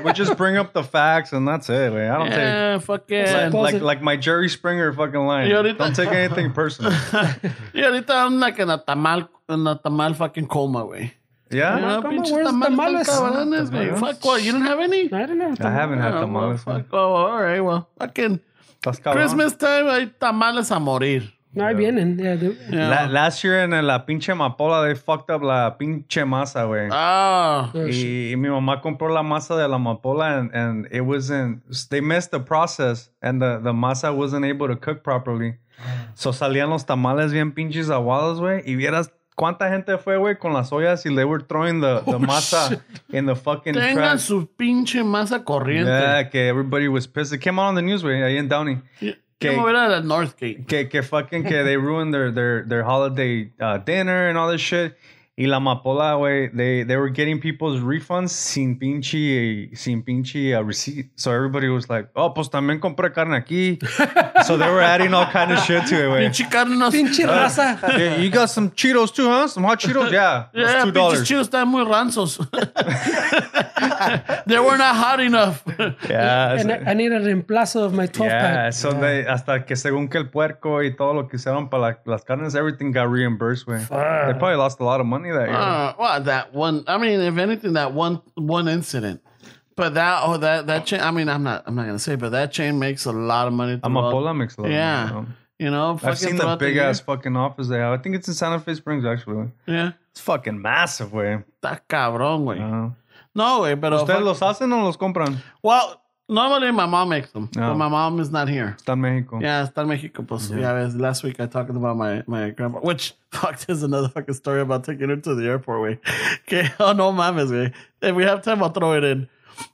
We just bring up the facts and that's it. güey. I don't take
yeah, fucking.
Like,
Pause
like,
it.
like my Jerry Springer fucking line.
Y ahorita-
Don't take anything personal.
Y ahorita I'm like en a tamal, en a tamal fucking coma, güey.
Yeah?
No,
¿cómo?
pinches
Where's
tamales tan
tamales?
cabrones, güey.
Tamales.
Fuck, what? You don't have any?
I don't know.
I haven't had
Oh, well,
tamales.
fuck.
man.
Oh, all right. Well, fucking
Estás cabrón.
Christmas time, hay tamales a morir.
No, vienen. Yeah, dude.
Yeah.
La- last year en la pinche mapola, they fucked up la pinche masa, güey.
Ah,
Oh,
Y,
shit.
y mi mamá compró la masa de la amapola and, and it wasn't, they missed the process and the, the masa wasn't able to cook properly.
Ah.
So salían los tamales bien pinches aguados, güey. Y vieras cuánta gente fue, güey, con las ollas y they were throwing the, the masa in the fucking
Oh, tengan
trash.
su pinche masa corriente.
Yeah, que everybody was pissed. It came out on the news, güey, ahí en Downey.
Yo me voy a ir a la Northgate.
Que, que fucking que they ruined their, their, their holiday uh, dinner and all this shit. Y la mapola, güey, they, they were getting people's refunds sin pinche, sin pinche uh, receipt. So everybody was like, oh, pues también compré carne aquí. so they were adding all kind of shit to it, güey.
Pinche carne no
Pinche
Ah. *laughs*
raza.
Yeah, you got some Cheetos too, huh? Some hot Cheetos? Yeah,
Yeah,
that's
pinches
$2.
chidos están muy ranzos. *laughs* They were not hot enough.
Yeah,
And
so-
I, I need a reemplazo of my 12
yeah,
pack.
so they, hasta que según que el puerco y todo lo que hicieron para la- las carnes, everything got reimbursed, güey. They probably lost a lot of money that year.
Uh, well, that one. I mean, if anything, that one one incident. But that oh that that chain. I mean, I'm not I'm not gonna say, but that chain makes a lot of money. throughout-
Amapola makes a lot of money,
Yeah,
you know?
you know.
I've
fucking
seen the
throughout
big
year.
ass fucking office they have. I think it's in Santa Fe Springs, actually.
Yeah,
It's fucking massive, way.
está cabrón, güey.
Uh,
No, güey, pero
¿Ustedes
fuck-
los hacen o los compran?
well, normally my mom makes them,
No.
but my mom is not here.
Está en México.
Yeah, está en Mexico. Pues, yeah. ves, last week I talked about my, my grandpa, which *laughs* fuck, there's another fucking story about taking her to the airport. *laughs* Way, okay, oh no, mames, way. If we have time, I'll throw it in.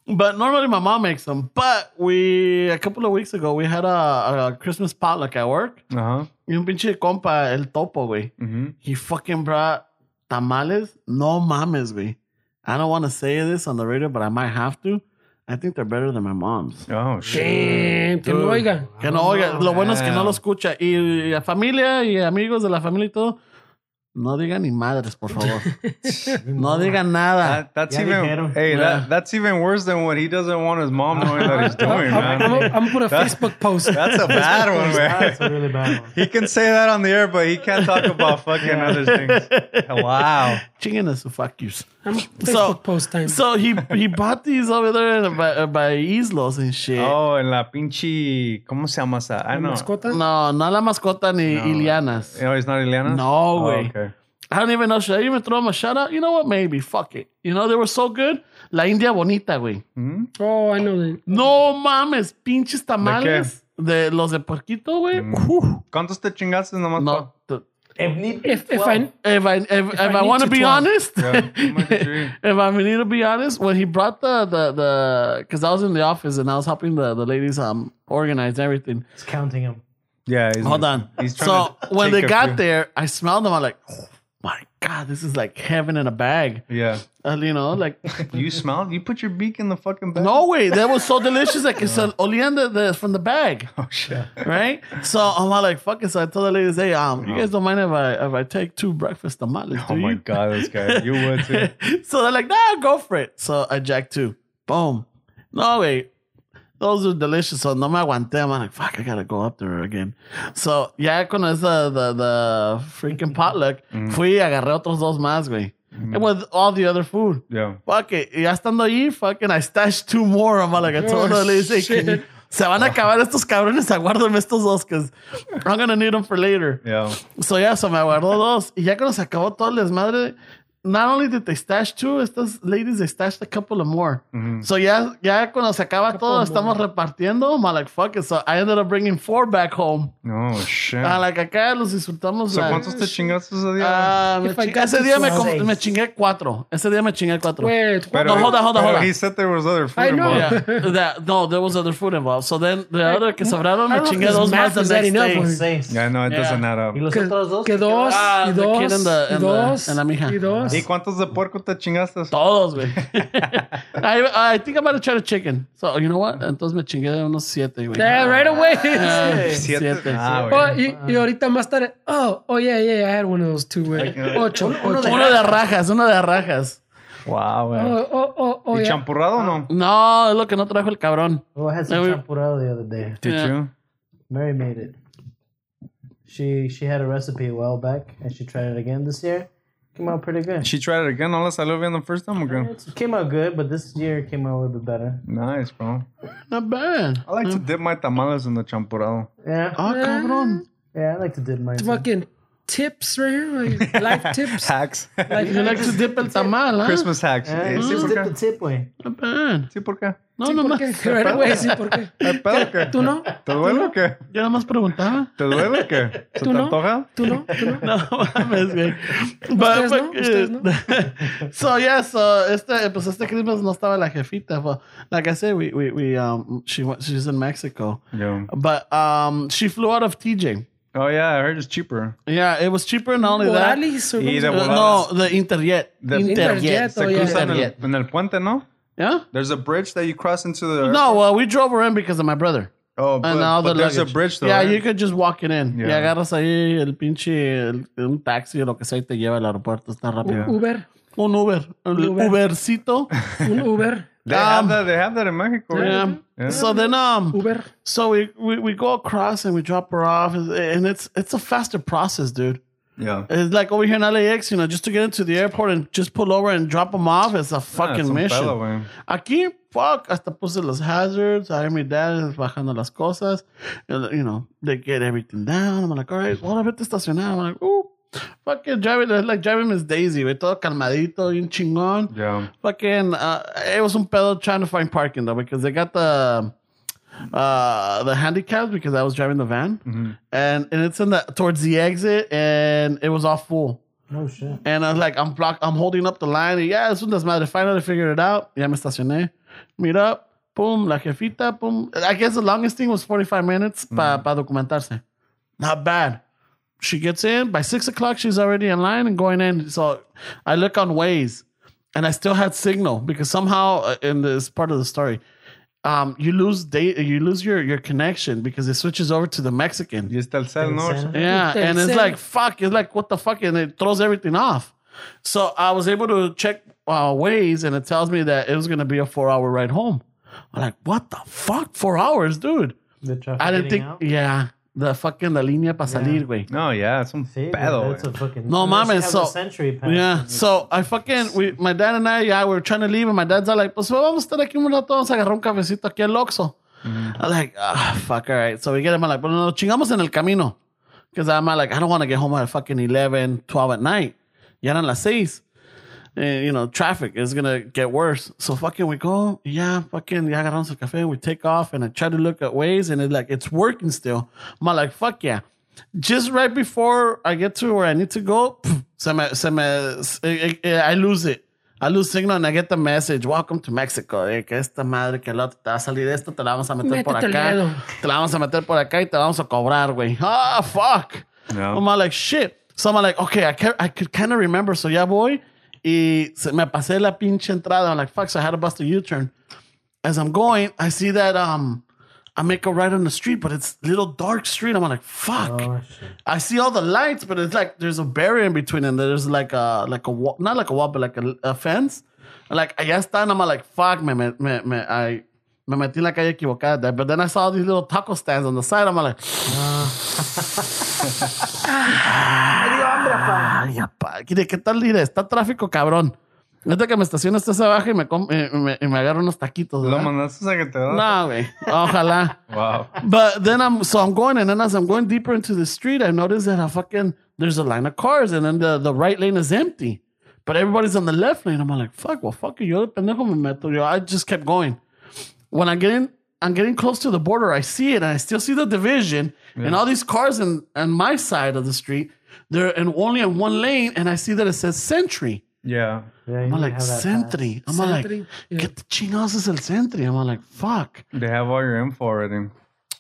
But normally my mom makes them. But we a couple of weeks ago we had a, a Christmas potluck at work.
Ajá. Mm-hmm.
Y un pinche compa el topo, güey.
Ujú.
He fucking brought tamales. No mames, güey. I don't want to say this on the radio, but I might have to. I think they're better than my mom's.
Oh, shit.
Damn, que no oiga.
Que no oiga, lo bueno es que no
Wow.
lo escucha. Y, la familia y amigos de la familia y todo, no digan ni madres, por favor. no digan nada.
That- that's
Ya
even
dijeron.
hey,
Yeah.
that, that's even worse than what he doesn't want his mom knowing that
*laughs*
he's doing,
I'm gonna
man.
I'm
*laughs*
gonna put a Facebook post.
That's a bad one, man.
That's a really bad one.
He can say that on the air, but he can't talk
*laughs*
about fucking other things. Wow.
Chinguen a su fuck yous.
I'm Facebook
So-
post time.
So he he bought these over there by, uh, by Islos and shit.
Oh, en la pinche, ¿cómo se llama esa? I know.
Mascota?
No, no la mascota ni Ilianas.
Oh, it's not Ileana?
No, güey.
okay.
I don't even know. Should I even throw them a shout out? You know what? Maybe. Fuck it. You know, they were so good. La India Bonita, güey.
Oh, I know that.
No mames, pinches tamales. De los de Porquito, güey. Whew.
¿Cuántos te chingaste nomás?
No, the-
*laughs* If need be,
If, if
12.
I,
If I if, if,
I
I
need
want to
to
be
twelve.
honest,
Yeah, you might agree.
*laughs* if I need to be honest, when he brought the the the because I was in the office and I was helping the the ladies um organize everything.
*laughs*
it's counting him.
Yeah, he's,
Hold on.
He's trying
So
to
when they
take a
got
few-
there, I smelled them. I'm like, "Oh my God, this is like heaven in a bag.
Yeah.
Uh, you know, like,
You smelled? You put your beak in the fucking bag?
no way, that was so delicious. Like, it's an oleander the, from the bag,
Oh,
*laughs*
shit.
right? So I'm all like, fuck it. So I told the ladies, hey, um, you guys don't mind if I if I take two breakfast tamales? Do
Oh, my
you?
God, this guy. You would too.
*laughs* so they're like, nah, go for it. So I jacked two. Boom. No, wait. Those are delicious. So no me aguanté. I'm like, fuck, I gotta go up there again. So ya con esa, the, the freaking potluck, fui y agarré otros dos más, güey. And with all the other food.
Yeah.
Fuck it. Y ya estando allí, fucking, I stashed two more. I'm like, I told her, le dice,
shit.
"Can- se van a acabar estos cabrones, aguárdame estos dos, because I'm gonna need them for later.
Yeah.
So ya se me
*laughs*
aguardó dos. Y ya cuando se acabó todo el desmadre, not only did they stash two, estas ladies they stashed a couple of more. So ya, ya cuando se acaba todo, estamos repartiendo. I'm like, fuck it. So I ended up bringing four back home.
No, Oh, shit.
Ah, like acá los insultamos.
So,
like,
¿cuántos te chingaste ese día?
ah, me
If I
chi-
got
ese
to
día me, com-
seis.
me chingué cuatro. Ese día me chingué cuatro.
Wait, what
no, hold on, hold on,
pero
hold on.
He said there was other food
I know.
involved.
Yeah, that, no, there was other food involved. So then the other que sobraron me
I don't know if
chingué
this
dos más
math
the
is
next
adding up,
day.
güey.
Seis.
Yeah, no, it
Yeah.
doesn't add up.
¿Y los
Que,
otros dos?
que
¿Qué
dos,
Ah,
y
the
dos,
kid and the-
y
and the-
dos,
and la mija.
y dos.
¿Y cuántos de puerco te chingaste?
Todos, *laughs* güey. I, I think I'm gonna try to chicken. So, you know what? Entonces me chingué de unos siete, güey.
Yeah, right away.
Ah,
Siete.
siete.
Ah, güey.
*laughs* Oh, y, y ahorita más tarde, oh, oh yeah, yeah, I had one of those too. güey.
Like, uh,
Ocho, ocho.
Uno de rajas, uno de rajas.
Wow, güey.
Oh, oh, oh, oh,
¿Y
yeah.
champurrado o no?
No, es lo que no trajo el cabrón.
Oh, I had some
Maybe-
champurrado the other day.
Did
Yeah.
you?
Mary made it. She she had a recipe a while back, and she tried it again this year. Came out pretty good.
She tried it again. No le salió bien the first time again.
It came out good, but this year it came out a little bit better.
Nice, bro.
Not bad.
I like to dip my tamales in the champurrado.
Yeah,
Ah, cabrón.
yeah, I like to dip mine. too.
Fucking tips right here,
*laughs*
like, life tips.
Hacks.
Like,
You like to dip el tamal, ¿eh?
Christmas hacks.
Yeah,
Eh,
you
¿Sí
Mm.
just
por
dip the
qué?
tip way.
Not bad.
¿Sí por qué?
No, nomás.
¿Por *laughs* qué? Right away, sí, ¿por qué?
¿Hay pedo o qué?
¿Tú no?
¿Te duele o qué?
Yo nomás preguntaba.
¿Te duele o qué? ¿Se te
no?
antoja?
¿Tú no? ¿Tú no?
*laughs* No mames, güey.
Ustedes
But-
no,
but- eh,
ustedes no.
*laughs* so yeah, so este, pues este Christmas no estaba la jefita. But like I said, we, we, we, um, she went, she's in Mexico,
Yeah.
but um, she flew out of TJ.
Oh, yeah, I heard it's cheaper.
Yeah, it was cheaper. Not only that,
Morales, or
Y de
Uh,
voladas.
no, the Interjet.
The-
Interjet,
Se
Oh, yeah.
cruza en el,
Interjet.
en el puente, ¿no?
Yeah.
There's a bridge that you cross into the...
No, well, we drove her in because of my brother.
Oh, but,
And all
but
the
there's
luggage.
a bridge, though,
Yeah,
right?
you could just walk it in.
Yeah.
Y agarras ahí el pinche el- un taxi o lo que sea y te lleva al aeropuerto. Está rápido.
Uber,
Un Uber. Un
Uber.
Ubercito.
un Uber,
They, have
Um,
that, they have that in Mexico, right?
yeah.
Yeah.
So then um
Uber.
*laughs* so we, we we go across and we drop her off and- and it's it's a faster process, dude.
Yeah. Ah,
It's like over here in LAX, you know, just to get into the airport and just pull over and drop them off. It's a
Ah, it's
fucking
un
mission.
pedo, güey.
Aquí, fuck, hasta puse los hazards. I mi dad bajando las cosas. And, You know, they get everything down. I'm like, all right, what about estacionar? I'm like, ooh, fucking driving, it's like driving Miss Daisy, güey, todo calmadito, bien chingón.
Yeah.
Fucking, uh, it was un pedo trying to find parking though, because they got the, uh, the handicapped because I was driving the van. And, and it's in the, towards the exit and it was all full.
No shit.
And I was like, I'm blocked, I'm holding up the line. Y yeah, eso doesn't matter. Finally figured it out. Ya me estacioné. Meet up. Boom, la jefita, boom. I guess the longest thing was 45 minutes para pa documentarse. Not bad. She gets in. By 6 o'clock, she's already in line and going in. So I look on Waze and I still had signal because somehow uh, in this part of the story, um, you lose data, you lose your, your connection because it switches over to the Mexican.
Y está el cel, ¿no?
Santa.
Yeah,
It's
and it's
insane.
like fuck. It's like what the fuck, and it throws everything off. So I was able to check uh, ways, and it tells me that it was going to be a four-hour ride home. I'm like, what the fuck? Four hours, dude.
The traffic
I didn't
getting
think.
out?
Yeah, the fucking la línea para salir, güey.
No, yeah, it's un
See,
pedo,
that's a
güey.
fucking
No,
unless you
mames,
have
so-
a century pass.
Yeah, so I fucking we, my dad and I, yeah, we were trying to leave, and my dad's all like, "Pues vamos a estar aquí un rato, vamos a agarrar un cafecito aquí al Oxxo." I'm like, ah, fuck, all right. So we get him, I'm like, "Bueno, nos chingamos en el camino," because I'm uh, like, I don't want to get home at fucking 11, 12 at night. Ya eran las seis. And, you know, traffic is gonna get worse. So fucking we go, yeah, fucking ya agarramos el café, we take off, and I try to look at ways, and it's like it's working still. I'm like, fuck yeah. Just right before I get to where I need to go, pff, se me, se me, eh, eh, I lose it. I lose signal and I get the message. Welcome to Mexico. Eh, que esta madre que la otra te va a salir esto, te la vamos a meter por
Métete el
acá.
dedo.
Te la vamos a meter por acá y te la vamos a cobrar, güey. Ah, fuck.
Yeah.
I'm all like, shit. So I'm like, okay, I, can, I could kind of remember. So ya voy. Y se me pasé la pinche entrada. I'm like, fuck, so I had to bust a U-turn. As I'm going, I see that um, I make a right on the street, but it's little dark street. I'm like, fuck.
Oh shit.
I see all the lights, but it's like there's a barrier in between, and there's like a like a wall, not like a wall, but like a, a fence. And like allá están, I'm like fuck, me me me, me I me metí en la calle equivocada. But then I saw these little taco stands on the side. I'm like, ay, apa, mire, ¿qué tal diré? Está tráfico, cabrón. Neta que me estaciono hasta hacia abajo y me, com- y me, y me agarro unos taquitos.
Lo
¿verdad?
mandaste a que te da.
No, güey. Ojalá.
Wow.
But then I'm so I'm going, and then as I'm going deeper into the street, I notice that I fucking there's a line of cars, and then the, the right lane is empty, but everybody's on the left lane. I'm like, fuck, well, fuck you, yo, pendejo me meto. Yo, I just kept going. When I'm getting I'm getting close to the border, I see it, and I still see the division, and all these cars in on my side of the street, they're in only in one lane, and I see that it says Sentry.
Yeah.
Yeah, you
I'm
didn't
like
have that
Sentry. I'm like,
Sentry? Yeah.
get the chingados is el Sentry. I'm like, fuck.
They have all your info already.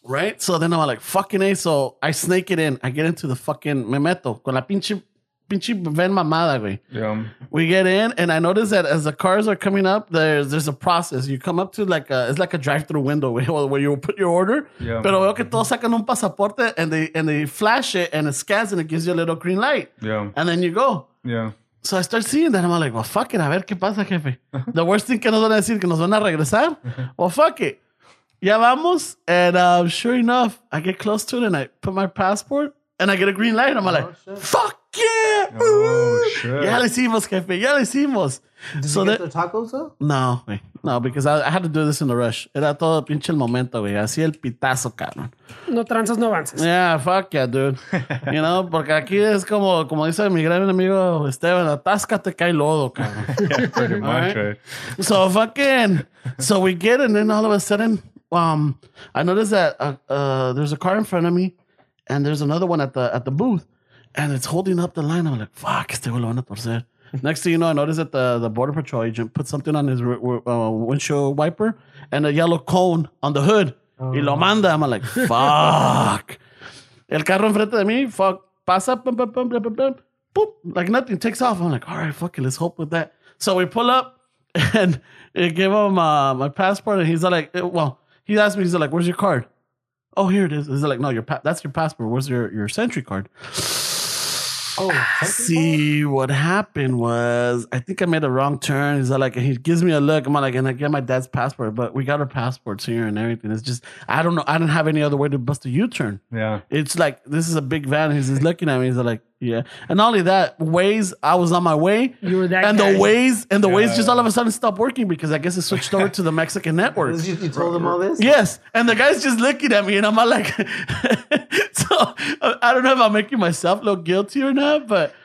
Right? So then I'm like, fucking A. So I snake it in. I get into the fucking, me meto con la pinche, pinche ven mamada, güey.
Yeah.
We get in, and I notice that as the cars are coming up, there's there's a process. You come up to like a, it's like a drive-through window güey, *laughs* where, where you put your order.
Yeah.
Pero veo que todos sacan un pasaporte and they and they flash it and it scans and it gives you a little green light,
Yeah.
*laughs* and then you go.
Yeah.
So I start seeing that. I'm like, well, fuck it. A ver qué pasa, jefe. The worst thing que nos van a decir que nos van a regresar. Well, fuck it. Ya vamos. And uh, sure enough, I get close to it and I put my passport and I get a green light. I'm like,
Oh,
fuck yeah.
Oh,
Woo.
shit.
Ya le hicimos, jefe. Ya le hicimos. So
Did you
that,
get the tacos though?
no, güey. No, because I, I had to do this in a rush. Era todo pinche el momento, güey. Así el pitazo, cabrón.
No tranzas, no avances.
Yeah, fuck yeah, dude. You know, porque aquí es como, como dice mi gran amigo Esteban, atáscate, cae lodo, cabrón.
Yeah, *laughs* pretty much.
right.
Right?
So fucking, so we get, and then all of a sudden, um, I noticed that uh, uh, there's a car in front of me, and there's another one at the at the booth, and it's holding up the line. I'm like, fuck, este güey lo van a torcer. Next thing you know, I noticed that the, the border patrol agent put something on his wi- wi- uh, windshield wiper and a yellow cone on the hood. Y lo manda. I'm like, fuck. *laughs* El carro enfrente de mí, fuck, pasa, pum, pum, pum, pum, pum, pum, boop, like nothing, takes off. I'm like, all right, fuck it, let's hope with that. So we pull up *laughs* and it gave him uh, my passport, and he's like, eh, well, he asked me, he's like, where's your card? Oh, here it is. He's like, no, your pa- that's your passport. Where's your, your Sentry card?
Oh,
*sighs* See what happened was I think I made a wrong turn. He's like, he gives me a look. I'm like, and I get my dad's passport, but we got our passports here and everything. It's just I don't know. I don't have any other way to bust a U-turn.
Yeah.
It's like this is a big van. He's just looking at me. He's like, yeah. And not only that, ways I was on my way.
You were that
and
guy.
the ways and the ways just all of a sudden stopped working because I guess it switched over to the Mexican network.
You, you told them all this?
Yes, and the guy's just looking at me, and I'm all like, *laughs* so uh, I don't know if I'm making myself look guilty or not, but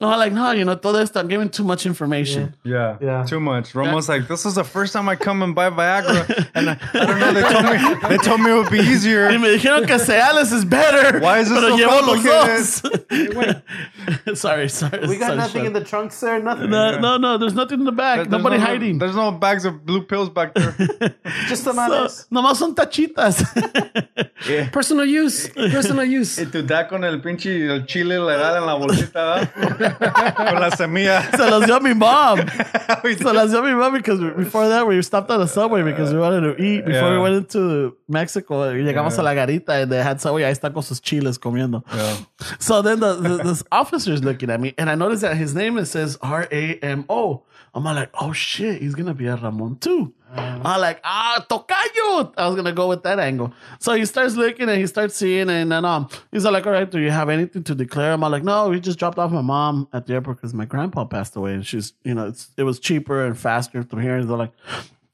I'm all like, no, you know, todo esto, I'm giving too much information.
Yeah.
Yeah.
Too much. Romo's like, this is the first time I come and buy Viagra. And I, I don't know. They told me they told me it would be easier.
Y me dijeron que Cialis is better.
Why is it so
pero llevo los *laughs*
complicated?
dos. sorry, sorry.
We got
sorry,
nothing
sorry.
in the trunk, sir. Nothing.
No, no, no, there's nothing in the back.
There's
Nobody
no-
hiding.
There's no bags of blue pills back there.
Just some
So,
others.
nomás son tachitas. *laughs*
Personal use. Personal use.
Y
Eh,
tu da con el pinche el chile legal en la bolsita, ¿verdad? *laughs* Con la semilla.
Se las dio a
*laughs*
mi mom. So that's what we remember because before that we stopped at a subway because we wanted to eat before we
Yeah.
went into Mexico. y Llegamos a la garita and they had subway. Ahí está con sus chiles comiendo. *laughs* So then the, the this officer's looking at me and I noticed that his name it says R A M O. I'm all like, oh shit, he's gonna be a Ramon too. I'm like, ah, tocayo. I was gonna go with that angle. So he starts looking and he starts seeing and then um he's like, all right, do you have anything to declare? I'm all like, no, we just dropped off my mom at the airport because my grandpa passed away and she's you know it's it was cheaper and faster through here. And they're like,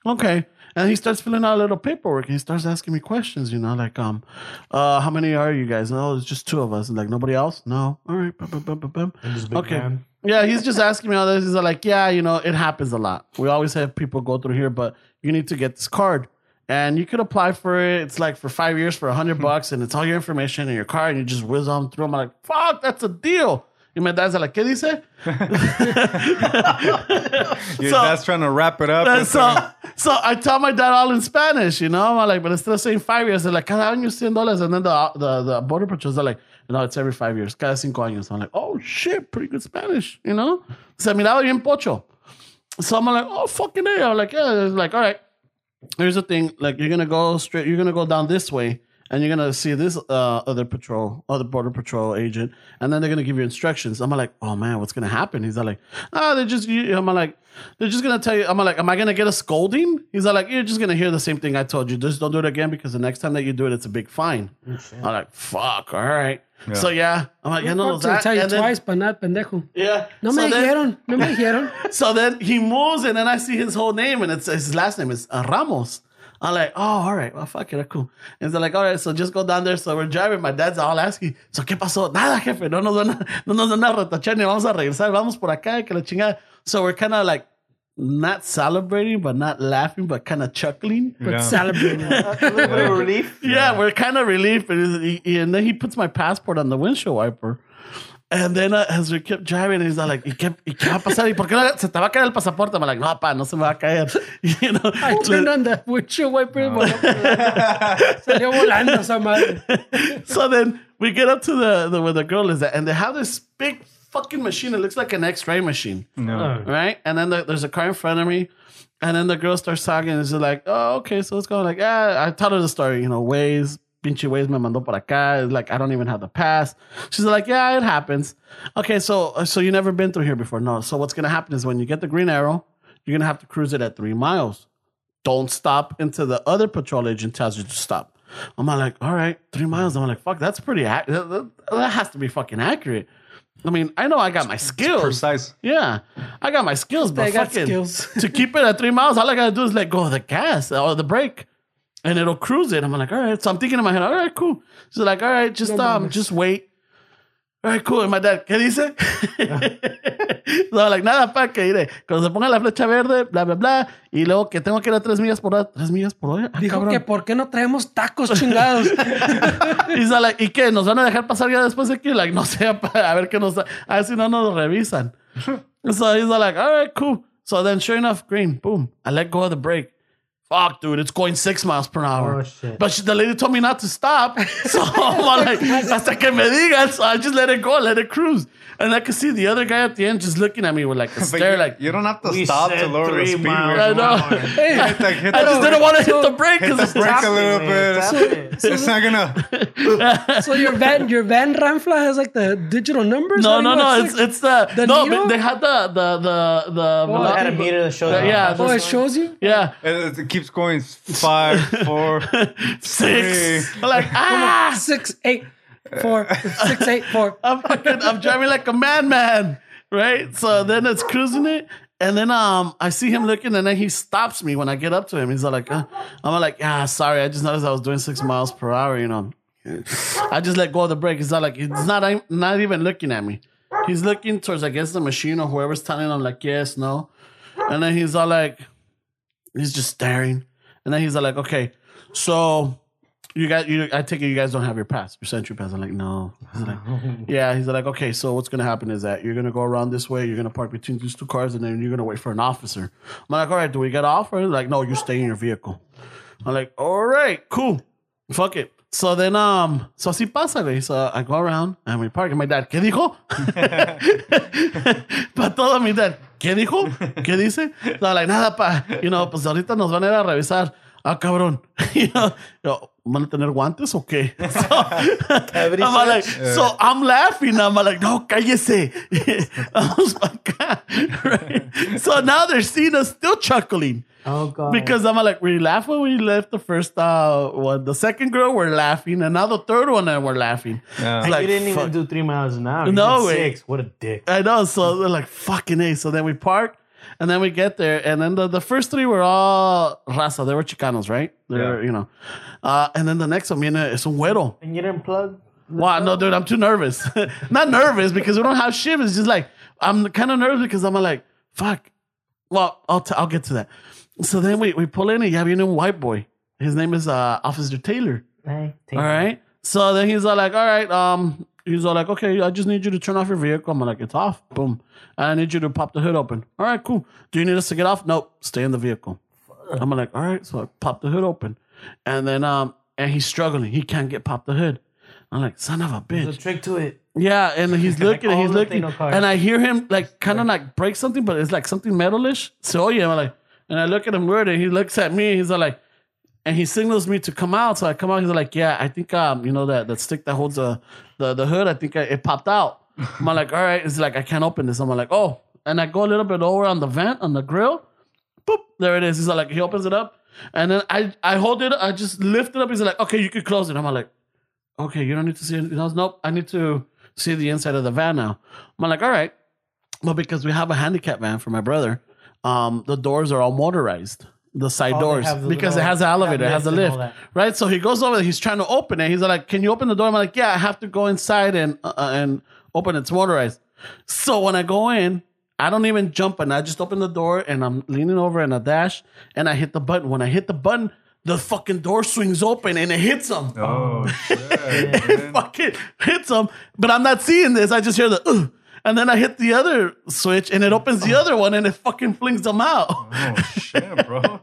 okay. And he starts filling out a little paperwork and he starts asking me questions, you know, like, um, uh, how many are you guys? Oh, it's just two of us. And like, nobody else? No. All right. Bum, bum, bum, bum, bum. Okay.
man.
Yeah, he's just asking me all this. He's like, yeah, you know, it happens a lot. We always have people go through here, but you need to get this card. And you could apply for it. It's like for five years for a hundred bucks, and it's all your information in your car, and you just whiz on through. I'm like, fuck, that's a deal. You my dad's like, ¿qué dice?
Your
So-
dad's trying to wrap it up.
And so so I tell my dad all in Spanish, you know. I'm like, but instead of saying five years, they're like, cada año cien dollars. And then the, the, the border patrols are like, no, it's every five years, cada cinco años. I'm like, oh shit, pretty good Spanish, you know. Se miraba bien pocho. So I'm like, oh fucking A. I'm like, yeah, it's like, all right. Here's the thing, like you're gonna go straight, you're gonna go down this way, and you're gonna see this uh, other patrol, other border patrol agent, and then they're gonna give you instructions. I'm like, oh man, what's gonna happen? He's like, oh, they're just, you- I'm like, they're just gonna tell you. I'm like, am I gonna get a scolding? He's like, you're just gonna hear the same thing I told you. Just don't do it again because the next time that you do it, it's a big fine.
Oh,
I'm like, fuck, all right. So yeah, I'm like, you know
Fuck, I'll
that,
tell you
and then-
twice, but not pendejo.
yeah.
No
so
me
then-
dijeron, no me
*laughs*
dijeron.
so then he moves, and then I see his whole name, and it's his last name is uh, Ramos. I'm like, oh, all right, well, fuck it, cool. And they're like, all right, so just go down there. So we're driving. My dad's all asking, so qué pasó? Nada, jefe. No nos van a, no nos van a retachar ni vamos a regresar. Vamos por acá, que la chingada. So we're kind of like not celebrating, but not laughing, but kind of chuckling.
But
Yeah.
*laughs*
celebrating.
*laughs*
Ah,
A little bit of relief.
Yeah, we're kind of relieved. And, he- he- and then he puts my passport on the windshield wiper. And then uh, as we kept driving, he's all like, ¿Y qué, ¿y qué va a pasar? ¿Y por qué no- se te va a caer el pasaporte? I'm like, no, pa, no se me va a caer. *laughs* You know?
I turned on the windshield wiper. No.
*laughs*
Salió volando esa madre.
so then we get up to the, the where the girl is at, and they have this big fucking machine. It looks like an X-ray machine.
No.
right? And then the, there's a car in front of me, and then the girl starts talking, and she's like, "Oh, okay, so it's going like, yeah." I tell her the story, you know, ways, pinche ways me mandó para acá. Like, I don't even have the pass. She's like, "Yeah, it happens." Okay, so so you never been through here before? No. So what's gonna happen is when you get the green arrow, you're gonna have to cruise it at three miles. Don't stop until the other patrol agent tells you to stop. I'm like, all right, three miles. I'm like, fuck, that's pretty. Ac- that, that- that has to be fucking accurate. I mean, I know I got my skills.
Precise.
Yeah, I got my skills, but
They got
fucking
skills.
to keep it at three miles, all I gotta do is let go of the gas uh, or the brake, and it'll cruise it. I'm like, all right. So I'm thinking in my head, all right, cool. She's like, all right, just
No
um,
mames.
just wait. All right, cool. And my dad, ¿qué dice? *laughs* so I'm like, nada, pa, que iré. Cuando se ponga la flecha verde, bla, bla, bla. Y luego que tengo que ir a tres millas por hora. ¿Tres millas por hora? Ah,
Dijo
cabrón.
que por qué no traemos tacos
*laughs*
chingados.
He's all like, ¿y qué? ¿Nos van a dejar pasar ya después de aquí? Like, no sé, a ver qué nos da. A ver si no nos revisan.
*laughs*
So he's all like, all right, cool. So then, sure enough, green, boom. I let go of the brake. Fuck, dude, it's going six miles per hour.
Oh, shit.
But she, the lady told me not to stop. So
*laughs*
I'm like, hasta que me digan. So I just let it go, let it cruise. And I could see the other guy at the end just looking at me with like
*laughs*
a
But
stare,
you,
like,
you don't have to
we
stop to
said
lower the
three
speed.
miles
I know. *laughs*
Hey,
Hit the, hit the,
I just didn't want to hit
So-
the brake *laughs*
hit
because
the brake a little bit.
*laughs*
Tap it.
*laughs* It's, it's not gonna.
so your van, your van Ramfla has like the digital numbers.
No,
How do
no,
you know
no. It's
like-
it's the,
The
no.
needle?
They had the the the the.
I had a
velocity-
meter that showed
Yeah,
that.
yeah,
Oh,
this
it shows you.
yeah.
It, it keeps going five, four.
Six. I'm like ah,
Six eight four six eight four.
I'm fucking, I'm driving like a madman, right? So then it's cruising it, and then um, I see him looking, and then he stops me when I get up to him. He's like, uh, I'm like, ah, sorry, I just noticed I was doing six miles per hour, you know. I just let go of the brake. He's not like he's not not even looking at me. He's looking towards I guess the machine or whoever's telling him like yes, no. And then he's all like he's just staring. And then he's all like, okay, so you guys you I take it you guys don't have your pass, your century pass. I'm like, no. He's like, yeah, he's like, okay, so what's gonna happen is that you're gonna go around this way, you're gonna park between these two cars, and then you're gonna wait for an officer. I'm like, all right, do we get off? Or like, no, you stay in your vehicle. I'm like, all right, cool. Fuck it. So then, um, so así pasa, güey. So I go around and we park. And my dad, ¿qué dijo? *laughs* pa todo mi dad, ¿qué dijo? ¿Qué dice? So I'm like, nada, pa. You know, pues ahorita nos van a ir a revisar. Ah, cabrón. *laughs* you know, yo, ¿van a tener guantes o qué? *laughs* So,
Cavity
I'm like, so I'm laughing. I'm like, no, cállese. *laughs* Vamos pa' acá. *laughs* Right? So now they're seeing us still chuckling.
Oh god.
Because I'm like, we laugh when we left the first uh one. The second girl, we're laughing, and now the third one, and we're laughing.
Yeah.
It's like,
you didn't
fuck.
even do three miles an hour. You
No
did
way.
Six. What a dick.
I know. So they're like, fucking A. So then we park and then we get there. And then the, the first three were all raza. They were Chicanos, right? They were,
Yeah.
you know. Uh, and then the next one, you know, es un güero.
And you didn't plug.
Wow, no, dude, I'm too nervous. *laughs* Not nervous because we don't have shit. It's just like, I'm kind of nervous because I'm like, fuck. Well, I'll, t- I'll get to that. So then we, we pull in and you have a new white boy. His name is uh, Officer Taylor.
Hey, take
All right. So then he's all like, all right, um, he's all like, okay, I just need you to turn off your vehicle. I'm like, it's off. Boom. I need you to pop the hood open. All right, cool. Do you need us to get off? Nope. Stay in the vehicle. I'm like, all right. So I pop the hood open, and then um, and he's struggling. He can't get pop the hood. I'm like, son of a
There's
bitch.
a trick to it.
Yeah,
*laughs*
and he's looking,
all
he's
the
looking,
Latino cars.
and I hear him like kind of like break something, but it's like something metalish. So yeah, I'm like, and I look at him weird, and he looks at me, and he's all like, and he signals me to come out. So I come out. He's like, yeah, I think um, you know that that stick that holds the the, the hood, I think I, it popped
*laughs*
out. I'm like, all right. It's like I can't open this. I'm like, oh, and I go a little bit over on the vent on the grill. Boop, there it is. He's like, he opens it up, and then I I hold it. I just lift it up. He's like, okay, you can close it. I'm like, okay, you don't need to see anything else. Nope, I need to see the inside of the van now. I'm like, all right. Well, because we have a handicap van for my brother, um, the doors are all motorized, the side
Oh, they
doors,
have the
because it
little
has an elevator, it has a
cabinets and
lift,
all
right? So he goes over there, he's trying to open it. He's like, can you open the door? I'm like, yeah, I have to go inside and uh, uh, and open it. It's motorized. So when I go in, I don't even jump and I just open the door and I'm leaning over and I dash and I hit the button. When I hit the button, the fucking door swings open and it hits him
Oh,
it
shit. man.
fucking hits him. But I'm not seeing this. I just hear the Ugh. and then I hit the other switch and it opens the other one and it fucking flings them out.
Oh, shit, bro.
*laughs*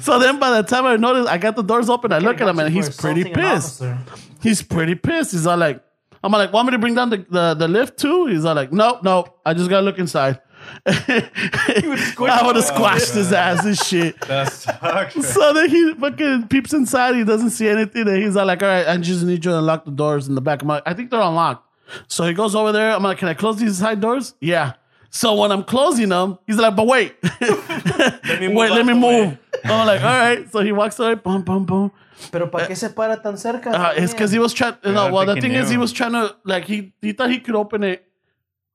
So then by the time I noticed, I got the doors open. I look at him and
We're
he's pretty
assaulting an
pissed.
officer.
He's pretty pissed. He's all like, I'm like, want me to bring down the, the, the lift too? He's all like, nope, nope. I just gotta look inside. *laughs* I would have squashed his
*laughs*
ass and shit.
That sucks.
*laughs* So then he fucking peeps inside. He doesn't see anything. And he's all like, all right, I just need you to unlock the doors in the back. I'm like, I think they're unlocked. So he goes over there. I'm like, can I close these side doors? Yeah. So when I'm closing them, he's like, but wait.
move
*laughs* wait,
out
let me
the way.
move. I'm like, all right. So he walks away. Boom, boom, boom.
Pero ¿para
Eh.
qué se para tan cerca?
Uh, it's because he was trying.
I
No,
don't
well, the
think he
thing is,
knew.
he was trying to like he he thought he could open it,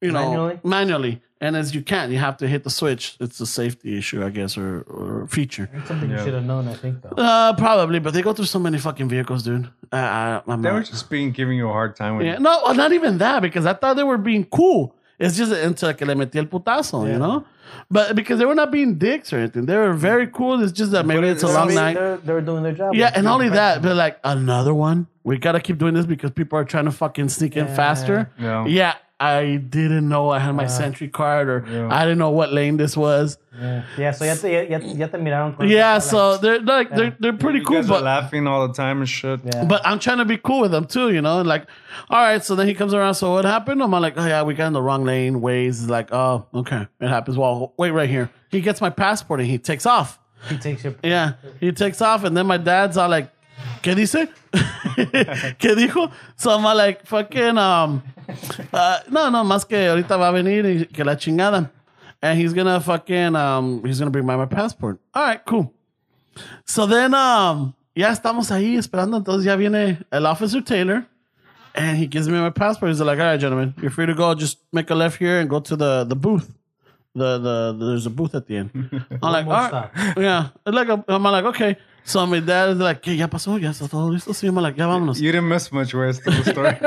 you know,
Manually?
manually. And as you can't, you have to hit the switch. It's a safety issue, I guess, or or feature.
Something you
Yeah.
should have known, I think, though.
Uh, probably, but they go through so many fucking vehicles, dude. I, I, I'm
They were
not,
just being giving you a hard time with
yeah, no, well, not even that because I thought they were being cool. It's just until que le metí el putazo, you know. But because they were not being dicks or anything, they were very cool. It's just that maybe it's a
They're-
long
they're-
night.
They're, they're doing their job.
Yeah, and not only that, but like another one. We gotta keep doing this because people are trying to fucking sneak in
Yeah.
faster.
Yeah.
Yeah, I didn't know I had my Sentry card, or
Yeah.
I didn't know what lane this was.
Yeah, yeah so ya te, ya, ya, ya te miraron. Con
Yeah,
esa
so they're like they're they're pretty
You
cool,
guys are
but
laughing all the time and shit.
Yeah.
but I'm trying to be cool with them too, you know. And like, all right, so then he comes around. So what happened? I'm like, oh yeah, we got in the wrong lane. Ways is like, oh okay, it happens. Well, wait right here. He gets my passport and he takes off.
light. he takes your.
Yeah, he takes off, and then my dad's all like, ¿Qué dice? *laughs* ¿Qué dijo? So I'm all like, fucking, um, uh, no, no, más que ahorita va a venir y que la chingada. And he's gonna fucking, um, he's gonna bring my, my passport. All right, cool. So then, um, ya estamos ahí esperando. Entonces ya viene el officer Taylor. And he gives me my passport. He's like, all right, gentlemen, you're free to go. Just make a left here and go to the, the booth. The, the, there's a booth at the end. I'm like, all
more
right. Yeah. It's Like, I'm like, okay. So my dad is like, ¿qué ya pasó? ¿Ya está todo listo? Sí, I'm like, ya vámonos.
You didn't miss much ways to the
*laughs*
story.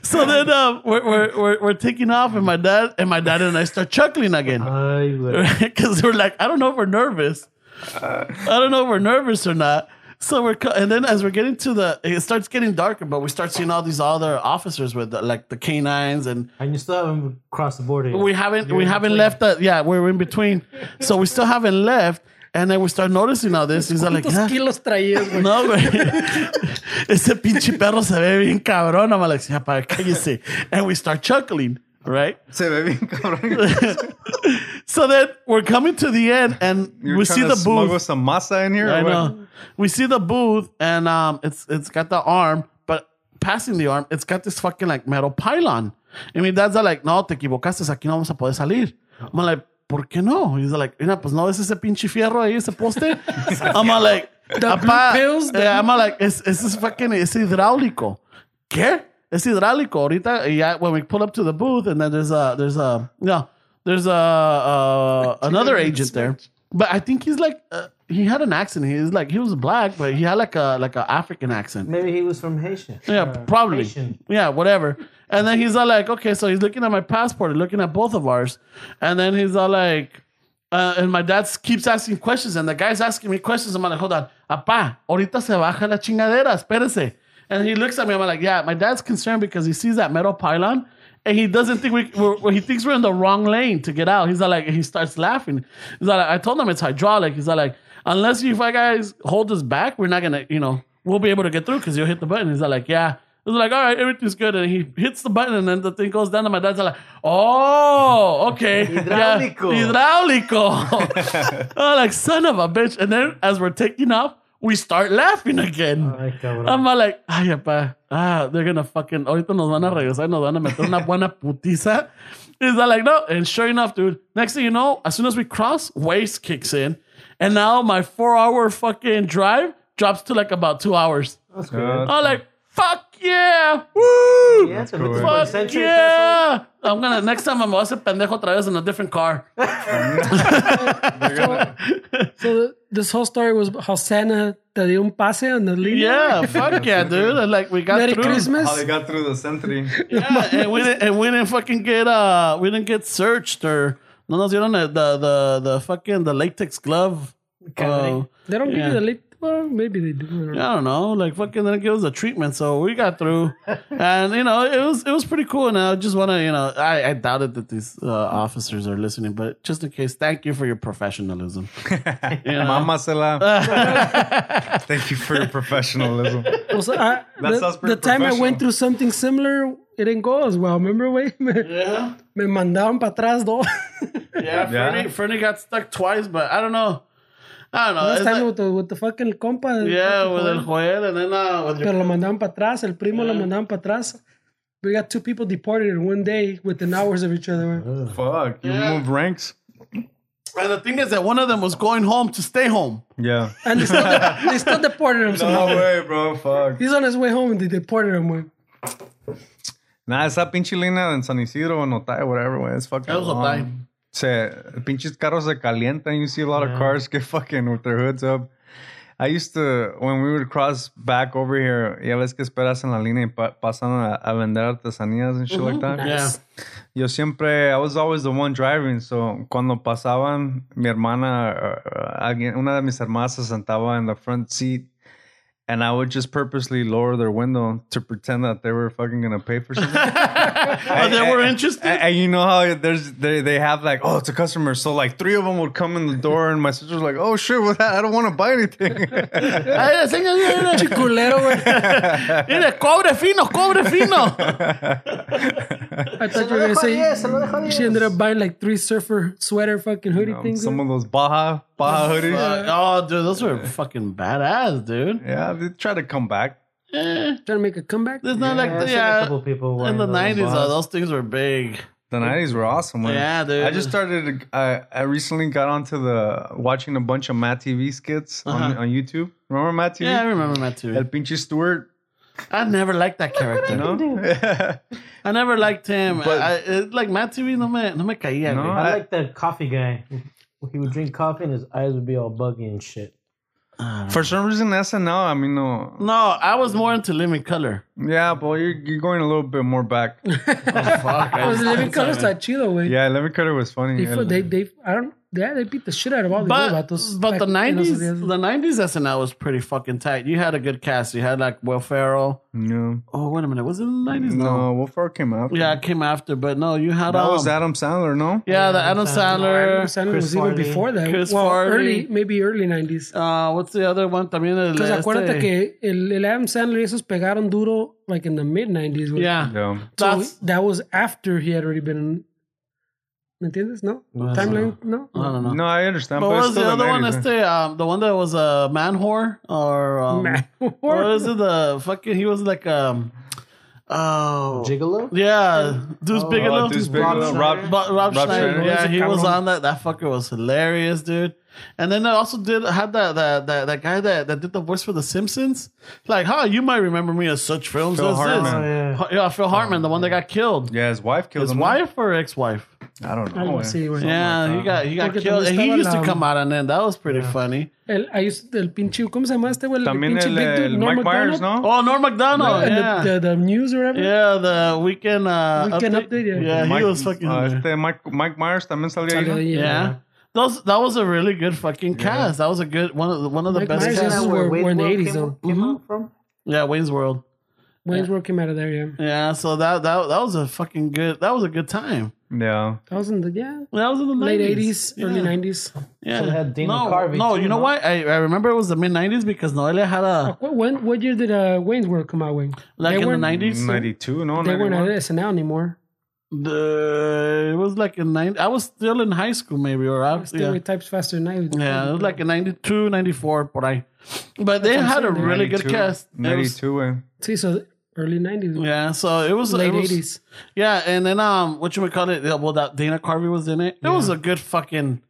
*laughs*
So then uh, we're, we're, we're, we're taking off and my dad and my dad and I start chuckling again.
Ay,
Eh. *laughs*
güey.
because we're like, I don't know if we're nervous. I don't know if we're nervous or not. So we're, co- and then as we're getting to the, it starts getting darker, but we start seeing all these other officers with the, like the canines, and
And you still haven't crossed the border yet.
we haven't, we haven't left that. Yeah, we're in between, so we still haven't left. And then we start noticing all this. He's *laughs* like,
¿Cuántos
"Yeah."
kilos traías, güey?
No, güey. Ese pinche perro se ve bien cabrón. I'm like, "Ya, pa, cállese. And we start chuckling, right?
Se ve bien cabrón.
*laughs* so then we're coming to the end and
You're
we
trying
see
to
the
smuggle
booth.
some masa in here.
I
or what?
know. We see the booth and um, it's it's got the arm, but passing the arm, it's got this fucking like metal pylon. And my dad's like, no, te equivocaste, aquí no vamos a poder salir. I'm like, ¿por qué no? He's like, mira, pues no, es ese pinche fierro ahí, ese
*laughs*
poste. I'm like,
The blue
"Apá,
pills, the
eh, I'm like, es, es, es fucking, es hidráulico. ¿Qué? Es hidráulico. Ahorita, y ya, when we pull up to the booth, and then there's a, there's a, yeah, there's a, uh, another agent there. But I think he's like, uh, he had an accent. He's like, he was black, but he had like a, like a African accent.
Maybe he was from Haitian.
Yeah,
or
probably.
Haitian.
Yeah, whatever. And then he's all like, okay, so he's looking at my passport, and looking at both of ours. And then he's all like, uh, and my dad keeps asking questions, and the guy's asking me questions. I'm like, hold on, apa, ahorita se baja la chingadera, espérese. And he looks at me, I'm like, yeah, my dad's concerned because he sees that metal pylon and he doesn't think we we're, well, he thinks we're in the wrong lane to get out. He's not like he starts laughing. He's not like I told him it's hydraulic. He's not like unless you five guys hold us back, we're not gonna you know we'll be able to get through because you'll hit the button. He's not like yeah. He's like all right, everything's good, and he hits the button, and then the thing goes down. And my dad's like, oh okay, Yeah,
Hidráulico.
hidráulico. *laughs* I'm like son of a bitch. And then as we're taking off, we start laughing again.
Ay, cabrón.
I'm all like, Ah, ay, apa, ah, they're gonna fucking, ahorita nos van a regresar, nos van a meter una buena putiza. Is that like, no? And sure enough, dude, next thing you know, as soon as we cross, waste kicks in. And now my four hour fucking drive drops to like about two hours.
That's good.
Uh,
I'm like, fuck yeah! Woo!
yeah, to
cool,
mid-
eh?
fuck
Fuck
century asshole.
yeah! I'm gonna, next time I'm gonna hacer pendejo otra vez in a different car.
they're gonna-
So this whole story was how Santa te dio un pase on the lead.
Yeah, fuck
*laughs*
yeah, dude. And like, we got
Merry
through.
how they
Christmas.
got through the
*laughs*
sentry.
Yeah, and we didn't and we didn't fucking get uh we didn't get searched or no nos dieron the the the, the fucking the latex glove. Uh,
They don't give
Yeah.
you the lead. Well, maybe they do. I don't know.
I don't know, like fucking didn't give us a treatment, so we got *laughs* through, and you know it was it was pretty cool. And I just want to you know I, I doubted that these uh, officers are listening, but just in case, thank you for your professionalism.
Mama
*laughs*
Sela. Thank you for your
*laughs*
professionalism.
Well, so I,
That
ah, the,
sounds pretty
the time I
professional.
went through something similar, it didn't go as well. Remember, *laughs* way
Yeah,
me mandaron para atrás
*laughs*
though.
yeah. Fernie, Fernie got stuck twice, but I don't know. I don't know.
Last
It's
time
like-
with the with the fucking compa.
yeah, with El Joel and then uh, with your
Pero lo mandaban para atrás, el primo lo mandaban para atrás. We got two people deported in one day within hours of each other.
Fuck, you
Yeah.
moved ranks.
And the thing is that one of them was going home to stay home.
Yeah.
And they still,
*laughs*
they still deported him
No
somehow.
way, bro. Fuck.
He's on his way home and they deported him. güey.
Nah, esa pinche línea en San Isidro o Notay, whatever, güey. It's fucking
That was
long.
Notay.
Se, pinches carros se calientan. You see a lot of cars get fucking with their hoods up. I used to, when we would cross back over here, ya ves que esperas en la línea y pa- pasan a, a vender artesanías and shit like that.
Yeah.
Yo siempre, I was always the one driving, so cuando pasaban, mi hermana, uh, alguien, una de mis hermanas se sentaba in the front seat, and I would just purposely lower their window to pretend that they were fucking gonna pay
*laughs*
for something.
Oh, they were interested.
and, and you know how there's they, they have like, oh, it's a customer, so like three of them would come in the door, and my sister's like, oh shit, well, I don't want to buy
*laughs*
anything.
Ay, señor, mira, mira,
Culero, güey.
mira, cobre fino, cobre fino.
I
Se
thought you
lo
were going
dejo
to
a diez,
say
se lo dejo a diez.
she ended up buying like three surfer sweater fucking hoodie
Um,
things.
some of those Baja Baja hoodies.
oh, dude, those were fucking badass, dude.
Yeah, they try to come back.
Eh,
trying to make a comeback.
it's not
Yeah,
like
I've seen
the,
a
yeah.
couple people
In
wearing
the
those.
nineties, uh, those things were big.
The nineties were awesome. man.
Yeah, dude.
I just started. I I recently got onto the watching a bunch of Matt TV skits on,
Uh-huh.
on YouTube. Remember Matt TV?
Yeah, I remember Matt too.
El Pinche Stewart.
I never liked that character.
No, no.
I never liked him.
But-
I, it, like Matt TV, no me, no me
*laughs*
caía.
No,
güey.
I
I-
like that coffee guy. He would drink coffee and his eyes would be all buggy and shit.
For some reason, SNL. I mean, no.
no, I was more into Living Color.
Yeah, but you're you're going a little bit more
*laughs*
back.
Fuck, I
I was living colors like chido, güey.
yeah, Lemon Cutter was funny.
They, fu- they, they, I don't, yeah, they beat the shit out of all these
But,
vatos
but
back
the
in
nineties,
esos
the
días.
nineties SNL was pretty fucking tight. You had a good cast. You had like Will Ferrell.
no,
Oh wait a minute, was it in the nineties?
no, Wolf Far came out.
Yeah, it came after, but no, you had
that
um,
was Adam Sandler. No,
Yeah, the Adam
Adam
Sandler.
Sandler
Chris
was
Farley.
even before that.
Chris
well,
Farley.
early, maybe early 90s.
Uh, what's the other one? También el
Because acuérdate
este-
que el, el Adam Sandler y esos pegaron duro like in the mid 90s. güey.
yeah,
yeah.
So
that's
that was after he had already been. ¿Me entiendes? No?
No,
Timeline? No?
I don't know.
No, I understand.
Uh, But
But,
what
it's
was
still
the other one?
90s, eh?
Este, um, the one that was a man whore or um,
Man, *laughs*
what
Oh,
was it? The fucking he was like um, oh
Gigolo?
yeah, Deuce
Oh,
Bigelow.
Oh, Deuce
Rob
Bigelow,
Schneider.
Rob,
But Rob,
Rob
Schneider,
Schneider.
yeah, he was
Cameron.
on that. That fucker was hilarious, dude. And then I also did had that that that, that guy that, that did the voice for The Simpsons. Like, huh, you might remember me as such films
Phil
as
Oh,
Hartman.
yeah.
this. H- *laughs* Yeah, Phil Hartman, the one
Oh,
that got killed.
Yeah, his wife killed
His
him.
wife or ex-wife?
I don't know.
I don't
eh.
see, güey.
yeah, he got he got
Porque
killed. And he
estaba
used to
la-
come out on end. That was pretty funny.
El, ahí es el pinche, ¿cómo se llama este güey? El
También
pinche
el,
big dude,
el
Norm
Mike Myers,
Macdonald.
¿no?
Oh, Norm Macdonald.
And
yeah.
the, the, the news or whatever.
yeah, the weekend uh
Weekend update, yeah.
yeah. he
Mike-
was fucking
uh, este Mike, Mike Myers también salía ahí.
Salió
¿no?
ahí,
yeah. Those that was a really good fucking cast. That was a good one of the one of the
Mike
best
Myers
Isn't
is
casts.
that
This
where
where-
Wayne's
where in the
World
80s
came,
though.
came out from?
Yeah, Wayne's World.
Wayne's World came out of there, yeah.
Yeah, so that that that was a fucking good. That was a good time.
Yeah.
That was in the yeah
That was in the
late
90s.
eighties, early
Yeah.
nineties.
Yeah.
Should've had Dana
no,
Carvey
no,
too,
you know
no?
why? I, I remember it was the mid '90s because Noelia had a
What when what year did uh, Wayne's World come out? Wayne
like
Oh, They
in the
weren't-
'90s.
Ninety-two. No.
they weren't at
91?
SNL anymore.
The, it was like in '90. I was still in high school, maybe, or I,
Still
yeah,
with types faster than I. would.
yeah, it was like in '92, '94, but I. But they
what I'm
had a
saying, dude.
really good
92,
cast. It was-
Ninety-two. eh?
See, so early nineties,
Yeah, so it was
late
it was-
eighties.
Yeah, and then um, what you would call it? Well, that Dana Carvey was in it. It was a good fucking.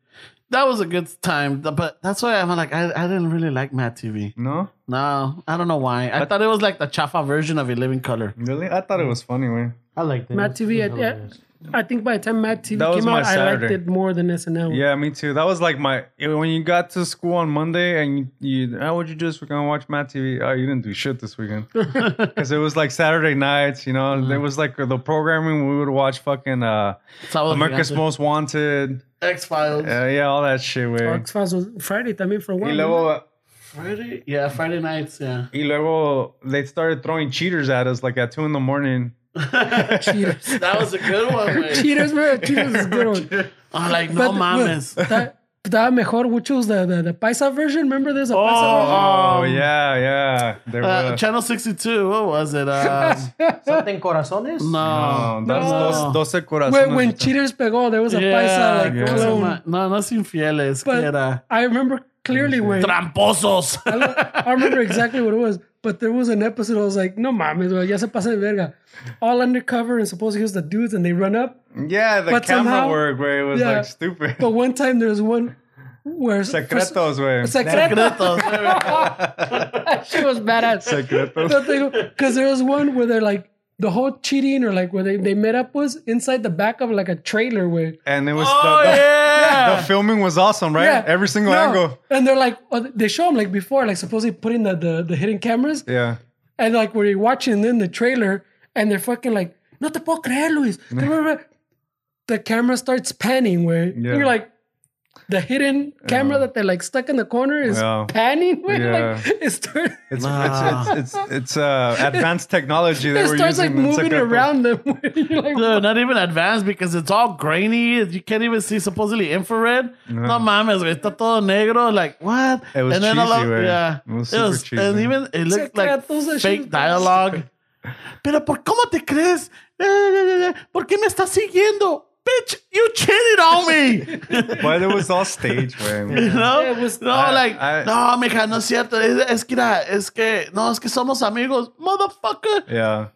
That was a good time, th- but that's why I'm like I, I didn't really like Matt TV.
No.
No, I don't know why. I thought it was like the Chaffa version of A Living Color.
Really? I thought it was funny. Way.
I liked it.
Matt
It
TV,
was
I, yeah,
hilarious.
I think by the time Matt TV
That was
came
my
out, I liked
Saturday.
it more than SNL.
Yeah, me too. That was like my eh, when you got to school on Monday and you, you how would you do this weekend? Watch Matt TV. Oh, you didn't do shit this
*laughs*
weekend because it was like Saturday nights. You know,
Mm-hmm.
there was like the programming. We would watch fucking uh, America's Most Wanted.
X Files.
Uh, yeah, all that shit. Way.
X Files was Friday también for a
Y
while. ¿no?
luego,
Friday, yeah, Friday nights, yeah.
y luego they started throwing cheaters at us like at two in the morning. *laughs*
Cheaters.
That was a good
*laughs*
one. man.
Cheaters, bro. Cheaters is a good one.
I'm like, no
But-
mames.
That, that mejor, which was the, the, the Paisa version. Remember there's a Paisa version?
Oh
um,
yeah, yeah. There
Uh,
was.
Channel 62, what was
*laughs*
it? uh, Um,
Something corazones?
no.
Oh, that's
No.
Dos, 12 corazones.
When, when Cheaters pegó, there was a Paisa like
yeah.
clone.
No, no es infieles.
But-
que era
I remember clearly when
Tramposos.
*laughs* I remember exactly what it was. But there was an episode I was like, no mames, güey, ya se pasa de verga. All undercover and supposedly it was the dudes and they run up.
yeah, the
but
camera
somehow-
work where it was
yeah.
like stupid.
But one time there's one
*laughs*
where
Secretos, güey.
Secreto.
Secretos.
she was badass. *laughs*
Secretos.
Because there was one where they're like the whole cheating or like where they, they met up was inside the back of like a trailer where
And it was
Oh,
the, the,
yeah.
the filming was awesome, right? Every single
no.
angle.
And they're like oh, they show them like before like supposedly putting the the, the hidden cameras
Yeah.
and like where you're watching then the trailer and they're fucking like no te puedo creer
*laughs*
Luis. the camera starts panning where
Yeah.
you're like the hidden camera that they're like stuck in the corner is
Yeah.
panning where
Yeah.
*laughs* like it starts
It's
Nah.
it's it's it's, it's uh, advanced technology that
it
we're
starts like
using. in
moving
Secretos.
around them. *laughs* where you're like,
Dude, not even advanced because it's all grainy. You can't even see supposedly infrared. No mames, güey. Está todo negro. Like, what?
It was
and then all
cheesy,
of-
güey.
Yeah.
It was super cheesy.
And even it looked like
Secretos de
fake
Chivas.
dialogue. Pero por cómo te crees? Eh, eh, eh, eh, ¿Por qué me estás siguiendo? Bitch, you cheated on
*laughs*
me.
But it was all stage,
*laughs*
You
way.
know?
It was-
no,
I-
like,
I-
no, mija, no es cierto. Es, es que, era- es que, no, es que somos amigos. Motherfucker.
Yeah.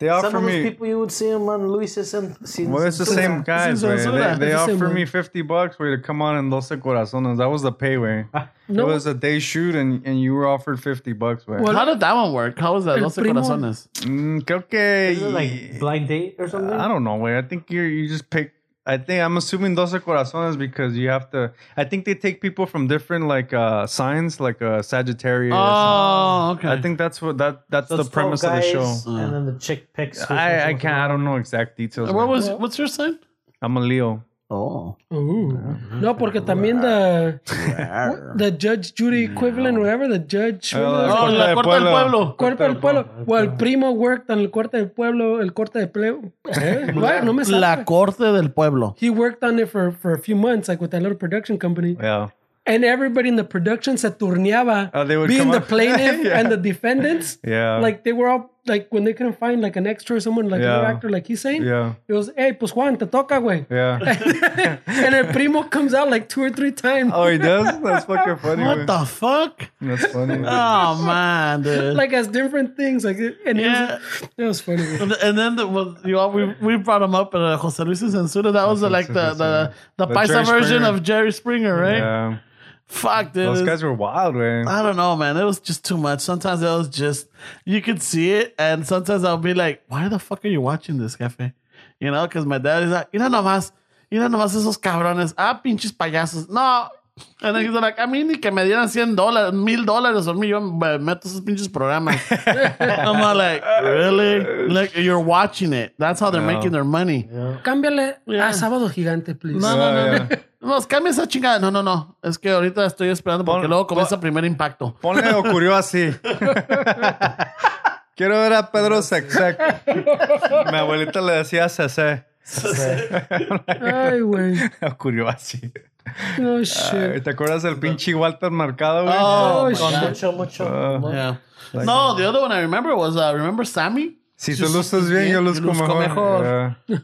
They offer
Some of those
me
people you would see him on Luis's and
Well, it's the same guys,
Since
way.
Ozuna.
They,
It's
they
the same
offer
one.
me 50 bucks, way, to come on in Doce Corazones. That was the pay, way.
Ah. No.
It was a day shoot, and, and you were offered 50 bucks, way.
Well,
How did that one work? How was that?
El
Doce
primo-
corazones.
Mm, creo que...
Isn't it like blind date or something?
I don't know, way. I think you you just pick... I think I'm assuming Doce Corazones because you have to... I think they take people from different, like, uh, signs, like uh, Sagittarius.
Oh, okay.
I think that's what... that That's
So
the
it's 12
premise of the
guys,
show.
And then the chick picks. which one's
I, I
the
can't... I don't know exact details.
What
man.
was what's your sign?
I'm a Leo.
Oh,
Mm-hmm.
no, porque también the the judge jury equivalent, whatever the judge.
Oh,
oh,
Corte
la
de
corta del
Pueblo.
pueblo.
Cuerpo del pueblo. Well, el primo worked on el corte del pueblo, el corte
*laughs*
de pueblo. Right? No me sale.
La corte del pueblo.
He worked on it for, for a few months, like with that little production company.
Yeah.
And everybody in the production se turneaba
Oh, they would
being
come
the
up- *laughs*
plaintiff
Yeah.
and the defendants.
Yeah.
Like they were all like when they couldn't find like an extra or someone like
Yeah.
an actor like he's saying.
Yeah.
It was, hey, pues Juan, te toca, güey.
Yeah.
*laughs*
*laughs*
and El Primo comes out like two or three times.
Oh, he does? That's fucking funny.
What
man.
the fuck?
That's
*laughs*
funny.
Oh
*laughs*
man, dude.
like as different things. Like it- and
yeah.
it, was, it was funny. güey.
And then the, well, you all, we we brought him up in uh, Jose Luis Censura. That was uh, like the the
The
the, paisa
Jerry
version
Springer.
of Jerry Springer, right?
yeah.
Fuck, dude.
Those
It's-
guys were wild, man.
I don't know, man. It was just too much. Sometimes it was just you could see it, and sometimes I'll be like, "Why the fuck are you watching this, jefe?" You know, because my dad is like, "You know, nomás, you know, nomás esos cabrones, ah, pinches payasos." No, and then he's like, "A mí ni que me dieran cien dólares, mil dólares o mil, yo me meto esos pinches programas." I'm not like, really? Like you're watching it. That's how they're making their money.
Cámbiale
Yeah.
a Sábado Gigante, please.
No,
Oh,
no, no.
yeah.
no. No, cambia esa chingada. No, no, no. Es que ahorita estoy esperando porque
Pon-
luego comienza
pon-
primer impacto.
Ponle ocurrió así. Quiero ver a Pedro Sexec. Mi abuelita le decía Cece. *laughs*
Ay, güey.
Curioso.
*laughs*
No shit.
¿Te acuerdas del pinche Walter Mercado, güey?
Oh,
Oh, shit.
Mucho, mucho.
Ah.
mucho.
yeah.
uh,
No, the other one I remember was uh, remember Sammy?
Si tú luces bien, yo luzco mejor. Yeah.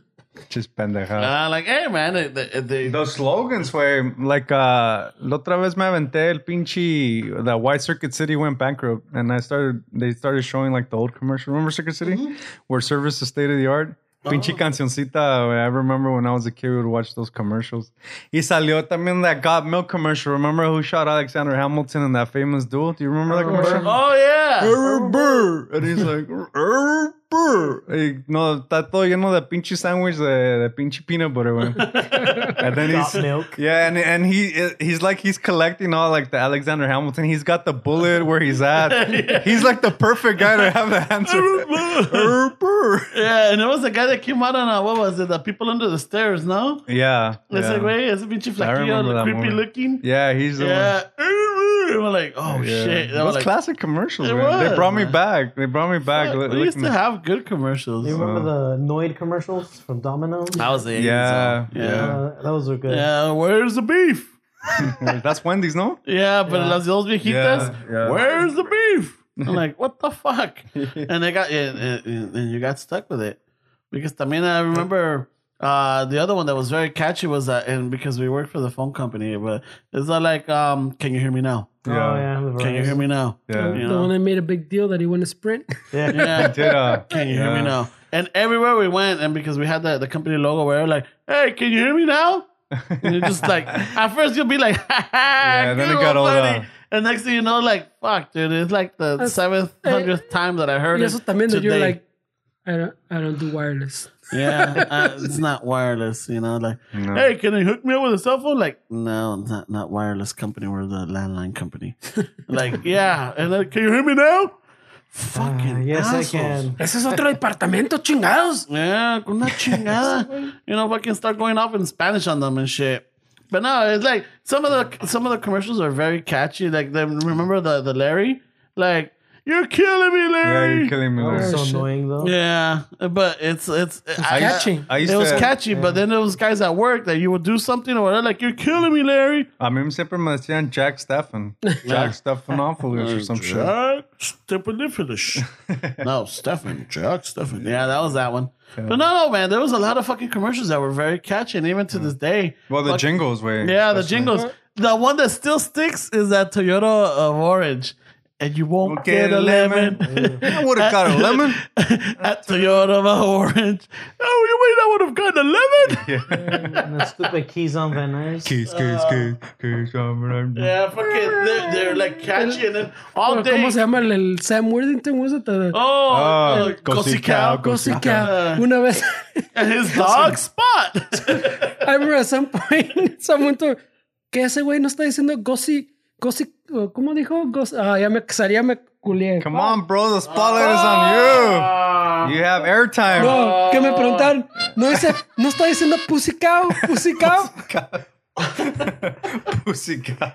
Chis pendejada.
Uh, like, hey man, eh,
*laughs*
they, they,
Los slogans, güey. Like, uh, la otra vez me aventé el pinche. That White Circuit City went bankrupt. And I started, they started showing like the old commercial. Remember Circuit City? Where service is state of the art. Pinche cancioncita, güey. I remember when I was a kid, we would watch those commercials. Y salió también that God Milk commercial. Remember who shot Alexander Hamilton in that famous duel? Do you remember that commercial?
oh yeah,
"Err, brr." And he's like, "Err, brr." Y no, está todo lleno de pinche sándwich de, de pinche peanut butter, güey.
*laughs*
And then he's,
Got milk.
yeah, and, and he he's like, he's collecting all like the Alexander Hamilton. He's got the bullet where he's
*laughs*
at. He's like the perfect guy to have the answer. "Err, brr."
yeah, and it was the guy that came out on uh, what was it? The people under the stairs, no?
yeah.
It's like,
Yeah.
wait, it's a bitch
I remember
flaquillo,
that
creepy
movie.
looking.
yeah, he's the one.
Yeah. And we're like, oh
Yeah.
shit. That
Those
was like,
classic commercials.
It
man. they
was,
brought me
man.
back. They brought me back.
fuck,
Look-
we used
looking-
to have good commercials.
You
uh,
remember the Noid commercials from Domino's?
That was the 80s,
Yeah,
though.
yeah.
Uh, those were good.
Yeah, where's the beef?
*laughs* That's Wendy's, no?
Yeah, but las dos viejitas,
Yeah, yeah.
where's the beef?
*laughs*
I'm like, what the fuck? and they got and, and, and you got stuck with it because I mean I remember uh, the other one that was very catchy was that and because we worked for the phone company, but it's not like um, can you hear me now?
Oh, yeah. the
Can you
Verizon.
hear me now?
Yeah.
You
The one
know?
that made a big deal that he went to sprint.
Yeah.
Did, uh,
*laughs* Can you hear
yeah.
me now? And everywhere we went, and because we had the, the company logo, we were like, "Hey, can you hear me now?" And you're just
*laughs*
like, at first you'll be like, "Ha ha!"
Yeah, then
good
it got
one,
all,
buddy."
uh,
And next thing you know, like, fuck, dude, it's like the seventh hundredth time that I heard
eh, Y eso
it
también that you're
today.
like, I don't, I don't do wireless. *laughs*
yeah, uh, it's not wireless, you know. Like,
No.
hey, can you hook me up with a cell phone? Like, no, not not wireless company. We're the landline
*laughs*
company. like, yeah, and like, can you hear me now? Fucking
Uh, yes, I
assholes.
can.
Ese es otro departamento, chingados.
Yeah, con una chingada. you know, fucking start going off in Spanish on them and shit. But no, it's like some of the some of the commercials are very catchy. Like them, remember the the Larry? Like you're killing me,
Yeah,
Larry.
you're killing me
That was
there.
so
shit.
annoying, though.
Yeah, but it's it's I-
Catching.
I used
It was
to,
catchy, but then there was guys at work that you would do something or whatever, like you're killing me,
*laughs*
Larry.
A mí siempre me decían Jack
*laughs*
Steffen. Jack Stephanopoulos or some shit.
Jack Stephanopoulos. no, Stefan. Jack Stefan. Yeah, that was that one. But no, no, man, there was a lot of fucking commercials that were very catchy, and even to this day.
Well, the
fuck-
jingles way.
Yeah, the jingles. The one that still sticks is that Toyota of Orange. And you won't
Won't
get, a lemon.
*laughs* I would have
*laughs*
got a lemon.
at Toyota of Orange. Oh, you mean I would have gotten a lemon?
And the stupid keys on Van
*laughs*
Nuys.
Kiss, kiss, kiss, kiss. I'm- I'm-
Uh, Yeah, fucking, they're, they're like catchy and then all day.
¿Cómo se llama el, el Sam Worthington? Was it the
Oh,
Ah,
uh,
Cozy
Cozy
Cow,
Cow.
Cozy
Cosy Cow? Una vez,
And his
*laughs*
dog Spot.
I remember at some point, *laughs* someone told, que ese güey no está diciendo Gossi, Gossi, ¿cómo dijo? Gossi, ah, ya me, ya me culié.
Come on, bro. The spotlight is
Ah.
on
Uh,
you. You have airtime.
No, que me preguntaron, no dice, no está diciendo pussy cow, pussy
*laughs*
cow.
*laughs* Pussy cow.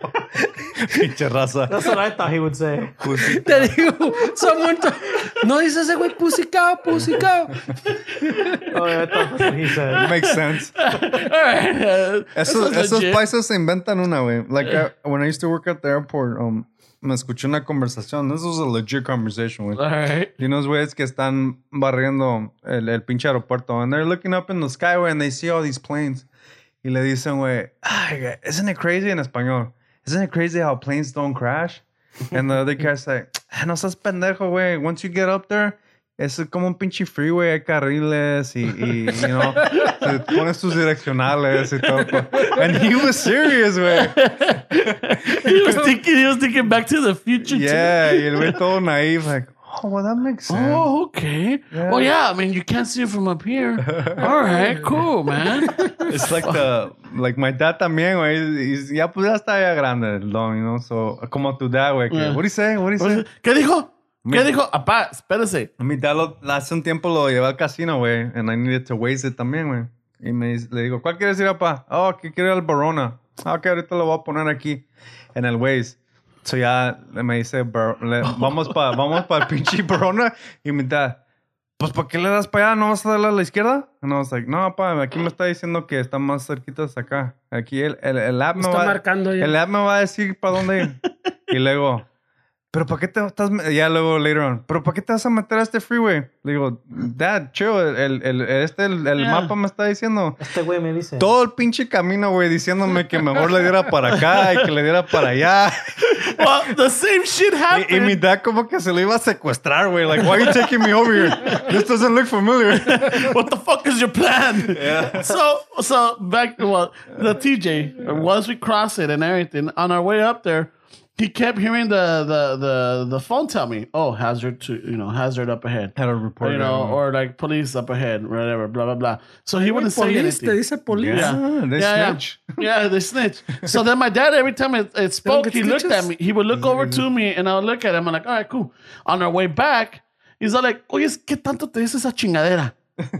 Pinche raza.
That's what I thought he would say.
Pussy.
Te digo, someone to- no dice ese güey pussy cow, pussy cow.
Oh, yeah, I thought that's what he said.
Makes sense. Esos,
Eso es
esos
legit.
paisas se inventan una, güey. Like, I- when I used to work at the airport, um, me escuché una conversación. This was a legit conversation, güey.
all right.
Y unos güeyes que están barriendo el, el pinche aeropuerto. And they're looking up in the sky, güey, and they see all these planes. Y le dicen, güey, "Ay, güey, isn't it crazy en español? Isn't it crazy how planes don't crash? And the other guy's like, "Ah, no seas pendejo, güey. Once you get up there, es como un pinche freeway, hay carriles y, y you know, te pones tus direccionales y todo. And he was serious, güey.
He was thinking. He was thinking back to the future. too.
Yeah, y el güey todo naive, like, oh, well, that makes sense.
Oh, okay.
Yeah.
Well, yeah. I mean, you can't see it from up *laughs* here. All right, cool, *laughs* man.
It's like the like my dad también, güey. is- Ya pues ya está ya grande, long, you know. So como tu dad, güey. que,
Yeah.
What do you say? What do you say?
¿Qué dijo?
Mira.
¿Qué dijo? Apá, espérese.
Mi dad lo, hace un tiempo lo llevé al casino, güey. And I needed to waste it también, güey. Y me, dice- le digo, ¿cuál quieres ir, papá? Oh, que quiero ir al Barona. Ah, que ahorita lo voy a poner aquí en el Waze. So ya me dice, "Bar- le- vamos para vamos pa el pinche *laughs* Barona. Y mi dad, pues ¿para qué le das para allá? ¿No vas a darle a la izquierda? And I was like, no, pa, aquí me está diciendo que está más cerquita hasta acá. Aquí el, el, el app me
Está
va-
marcando ya.
el app me va a decir para dónde ir. y luego, ¿pero para qué te estás.? me-" Ya luego, later on, ¿pero para qué te vas a meter a este freeway? Le digo, Dad, chill, el, el, este, el, el
Ah.
mapa me está diciendo.
Este güey me dice.
Todo el pinche camino, güey, diciéndome que mejor le diera para acá y que le diera para allá.
well, the same
*laughs*
shit happened.
Y, y mi dad como que se lo iba a secuestrar, güey. Like, why are you taking me over here? This doesn't look familiar.
what the fuck is your plan? So so back well the TJ once we cross it and everything on our way up there, he kept hearing the the the the phone tell me, oh hazard to you know hazard up ahead,
Had a report.
you know, or like police up ahead, whatever, blah blah blah. So he wouldn't say
Police, te
anything.
dice police.
yeah, Ah, they
Yeah, yeah.
snitch.
*laughs* Yeah, they snitch. So then my dad, every time it, it spoke,
get
he looked
snitches?
at me. He would look over to me, and I would look at him. I'm like, all right, cool. On our way back, he's all like, oye, ¿qué tanto te dice esa
*laughs*
chingadera?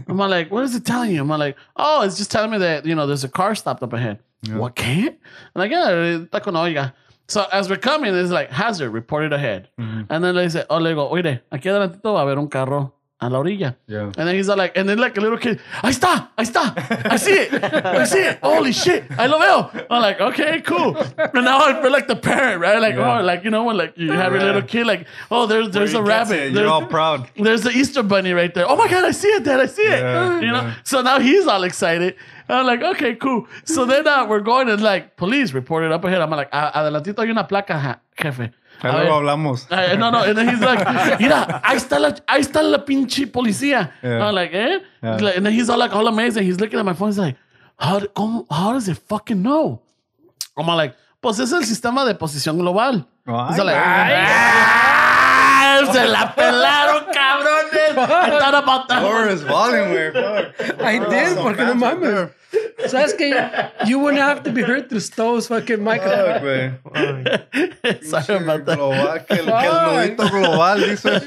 I'm all like, what is it telling you? I'm all like, oh, it's just telling me that, you know, there's a car stopped up ahead. What, can't? I'm like, yeah, está con oiga. So as we're coming, it's like, hazard, reported ahead.
Mm-hmm.
And then they say, oh, le digo, oye, aquí adelantito va a haber un carro a la orilla.
Yeah.
And then he's all like, and then like a little kid, ahí está, ahí está, I see it, I see it, holy shit, I lo veo. I'm like, okay, cool. And now I feel like the parent, right? Like,
Yeah.
oh, like, you know, when like you have your
Yeah.
little kid, like, oh, there's, there's a
You gets it,
rabbit.
You're
There's,
all proud.
there's the Easter bunny right there. Oh my God, I see it, Dad, I see it.
Yeah,
you know?
yeah.
So now he's all excited. And I'm like, okay, cool. So then uh, we're going and like, police reported up ahead. I'm like, "A- adelantito hay una placa, ja- jefe. A
Ahí
ver.
luego hablamos.
Uh, no, no. And then he's
*laughs*
like, mira, ahí está la, ahí está la pinche policía.
Yeah.
I'm like, eh?
Yeah.
Like, and then he's all like, all amazing. He's looking at my phone. He's like, how, como- how does it fucking know? I'm all like, pues es el sistema de posición global.
Ay,
He's all like,
güey.
"Ah, se la pelaron, cabrones. I thought about that.
Or is volume *laughs* where, fuck.
I did, porque no mames. ¿Sabes que You wouldn't have to be heard through stoves, fucking Michael. *laughs*
Fuck, güey.
Sorry about that.
Global, que, el- que el nudito global dice.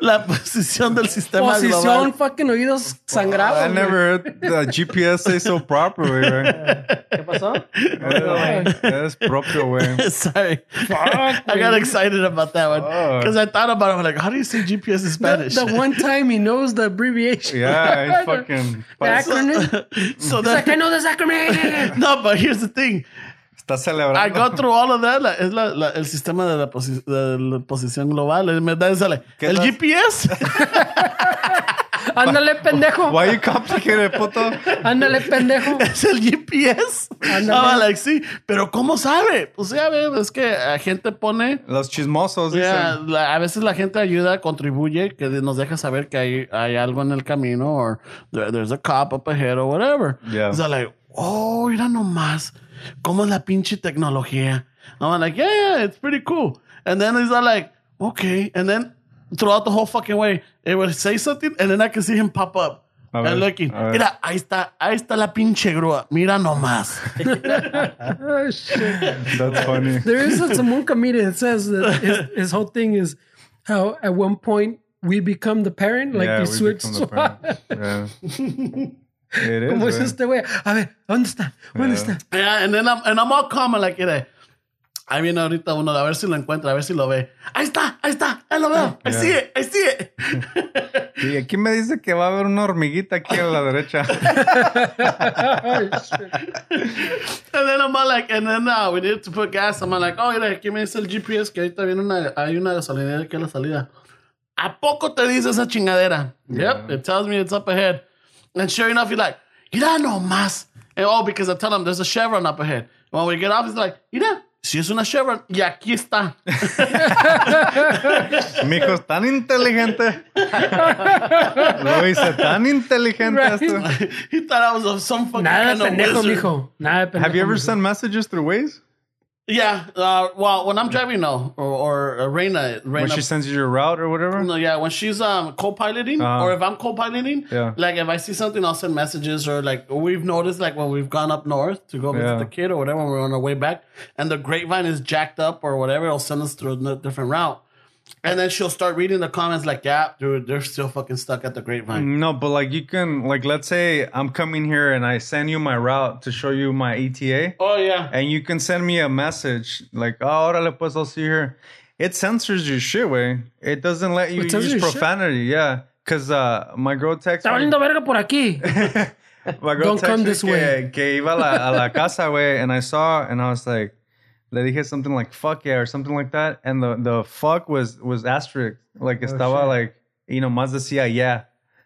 La posición del sistema global. *laughs*
Posición, fucking oídos sangrados.
I
güey.
never heard the GPS say so proper, güey,
*laughs*
güey.
¿Qué
*laughs*
pasó?
Es propio, güey.
Sorry. I got excited about that one
Fuck.
because I thought about it. I'm like, how do you say GPS in Spanish?
The
*laughs*
one time he knows the abbreviation. *laughs*
Yeah, it's fucking.
The acronym.
so
It's like, I
that,
know
*laughs*
the acronym.
*laughs* no, but here's the thing.
Está celebrando.
I go through all of that. Like, es la, la, el sistema de la, posi de la posición global. Y me da esa, like,
¿Qué
el
das?
GPS.
Ándale, pendejo.
Why you complicated, puto?
Ándale,
*laughs*
pendejo.
es el GPS.
Ándale.
I'm Oh, like, sí. Pero ¿cómo sabe? Pues ya ves, es que la gente pone...
Los chismosos
Yeah,
dicen.
la- a veces la gente ayuda, contribuye, que de- nos deja saber que hay, hay algo en el camino o there's a cop up ahead or whatever.
Yeah.
So like, oh, mira nomás, cómo es la pinche tecnología. I'm like, yeah, yeah, it's pretty cool. And then he's all like, okay. And then throughout the whole fucking way, it would say something and then I can see him pop up.
A
and
ver,
looking,
a ver.
mira, ahí está, ahí está la pinche grúa, mira nomás.
*laughs* Oh, shit.
That's funny.
There is a Samun comedian that says that his, his whole thing is how at one point we become the parent, like
yeah,
you
we
switch.
become the
*laughs*
parent. Yeah. It is.
¿Cómo
güey.
es este güey? A ver, ¿dónde está? ¿Dónde
Yeah.
está?
Yeah, and then I'm, and I'm all calm, I'm like, mira, ahí viene ahorita uno, a ver si lo encuentra, a ver si lo ve. Ahí está, ahí está, ahí lo veo, I
Yeah.
see it, I see it.
Y aquí me dice que va a haber una hormiguita aquí a la derecha.
Oh, shit.
*laughs* and then I'm all like, and then uh, we need to put gas, I'm all like, oh, mira, aquí me dice el GPS que ahorita viene una, hay una gasolinera aquí a la salida. ¿A poco te dice esa chingadera? Yep, it tells me it's up ahead. And sure enough, you're like, mira nomás. And, oh, because I tell him there's a Chevron up ahead. When we get off, he's like, mira, si es una Chevron, y aquí está.
Mi hijo es tan
*laughs*
inteligente. Lo hice tan inteligente. esto.
*laughs* he thought I was of some fucking
Nada
kind
de
of
pendejo,
wizard.
mijo. Nada de pendejo.
Have you ever
mijo.
sent messages through Waze?
Yeah. Uh, well, when I'm driving, no. Or, or uh, Reina.
When
Reina.
she sends you your route or whatever?
*laughs* no, yeah, when she's um co-piloting,
Uh-huh.
or if I'm co-piloting,
Yeah.
like if I see something, I'll send messages, or like we've noticed, like when we've gone up north to go visit
Yeah.
the kid or whatever, when we're on our way back, and the grapevine is jacked up or whatever, it'll send us through a different route. And then she'll start reading the comments like, yeah, dude, they're still fucking stuck at the grapevine.
No, but like you can like let's say I'm coming here and I send you my route to show you my ETA.
Oh, yeah.
and you can send me a message like, "Oh, órale, pues, I'll see you here." It censors your shit, way. It doesn't let you
It censors
use
your shit?
profanity. Yeah, because uh, my girl texted
Está
me,
valiendo verga por aquí.
my girl
Don't
texted
come
me
this
que,
way.
que iba a la, a la casa, way, and I saw, and I was like, le dije something like "fuck yeah" or something like that, and the the fuck was was asterisk, like estaba
shit.
like you know más decía yeah,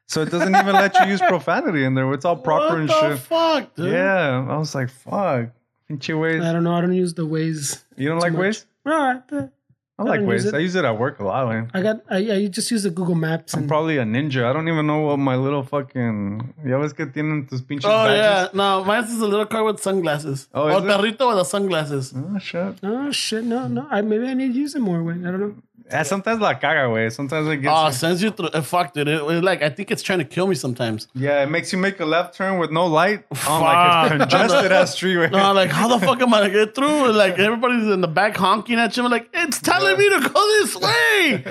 so it doesn't even let you use profanity in there. It's all proper
what
and
the
shit.
fuck, dude?
Yeah, I was like, fuck. Pinche ways.
I don't know. I don't use the ways.
You don't like
much.
ways?
All right. but
I like
don't use
Waze.
it.
I use it at work a lot, man.
I got. I, I just use the Google Maps
I'm
and
probably a ninja. I don't even know what my little fucking. Ya ves que tienen tus pinches
Oh, yeah.
badges.
No, mine is a little car with sunglasses.
Oh,
Oh,
is
El
it?
perrito with the sunglasses.
Oh, shit.
Oh shit! No, no. I maybe I need to use it more. When I don't know.
Eh, Sometimes la caga, güey. Sometimes it gets.
Ah,
Oh, it sends you through. uh, fuck, dude. It, it, like, I think it's trying to kill me
*laughs*
sometimes.
yeah, it makes you make a left turn with no
*laughs*
light. On like it's congested ass streetway.
No, I'm like, how the fuck am I gonna get through? And, like, everybody's in the back honking at you. I'm like, it's telling me to go this *laughs* way.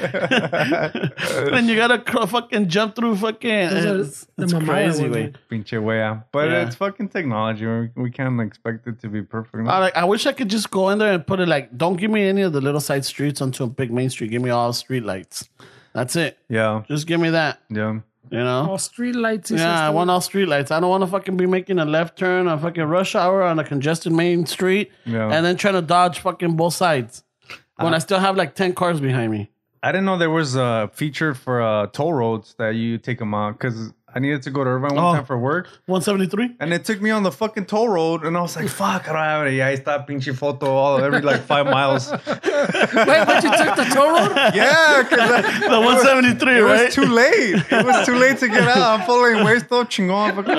and you gotta cr- fucking jump through fucking. It's,
the
it's
Mamaya
crazy,
ones,
way.
man.
Pinche wea. But
Yeah.
it's fucking technology. We, we can't expect it to be perfect.
I, Ah, like, I wish I could just go in there and put it like, don't give me any of the little side streets onto a big main street. Give me all street lights. That's it.
yeah,
Just give me that.
yeah.
You know?
All street lights. is
yeah,
just
I
the-
want all street lights. I don't want to fucking be making a left turn on fucking rush hour on a congested main street
Yeah.
and then trying to dodge fucking both sides when I still have like 10 cars behind me.
I didn't know there was a feature for uh, toll roads that you take them out because I needed to go to Irvine one
Oh.
time for work.
173?
And it took me on the fucking toll road, and I was like, "Fuck, I don't have it." Yeah, I stopped pinche photo all every like five
*laughs*
miles.
Wait, but you took the toll road?
Yeah, because
*laughs* The 173,
*laughs* it
right?
was too late. It was too late to get out. I'm following Waysto chingón. fucking-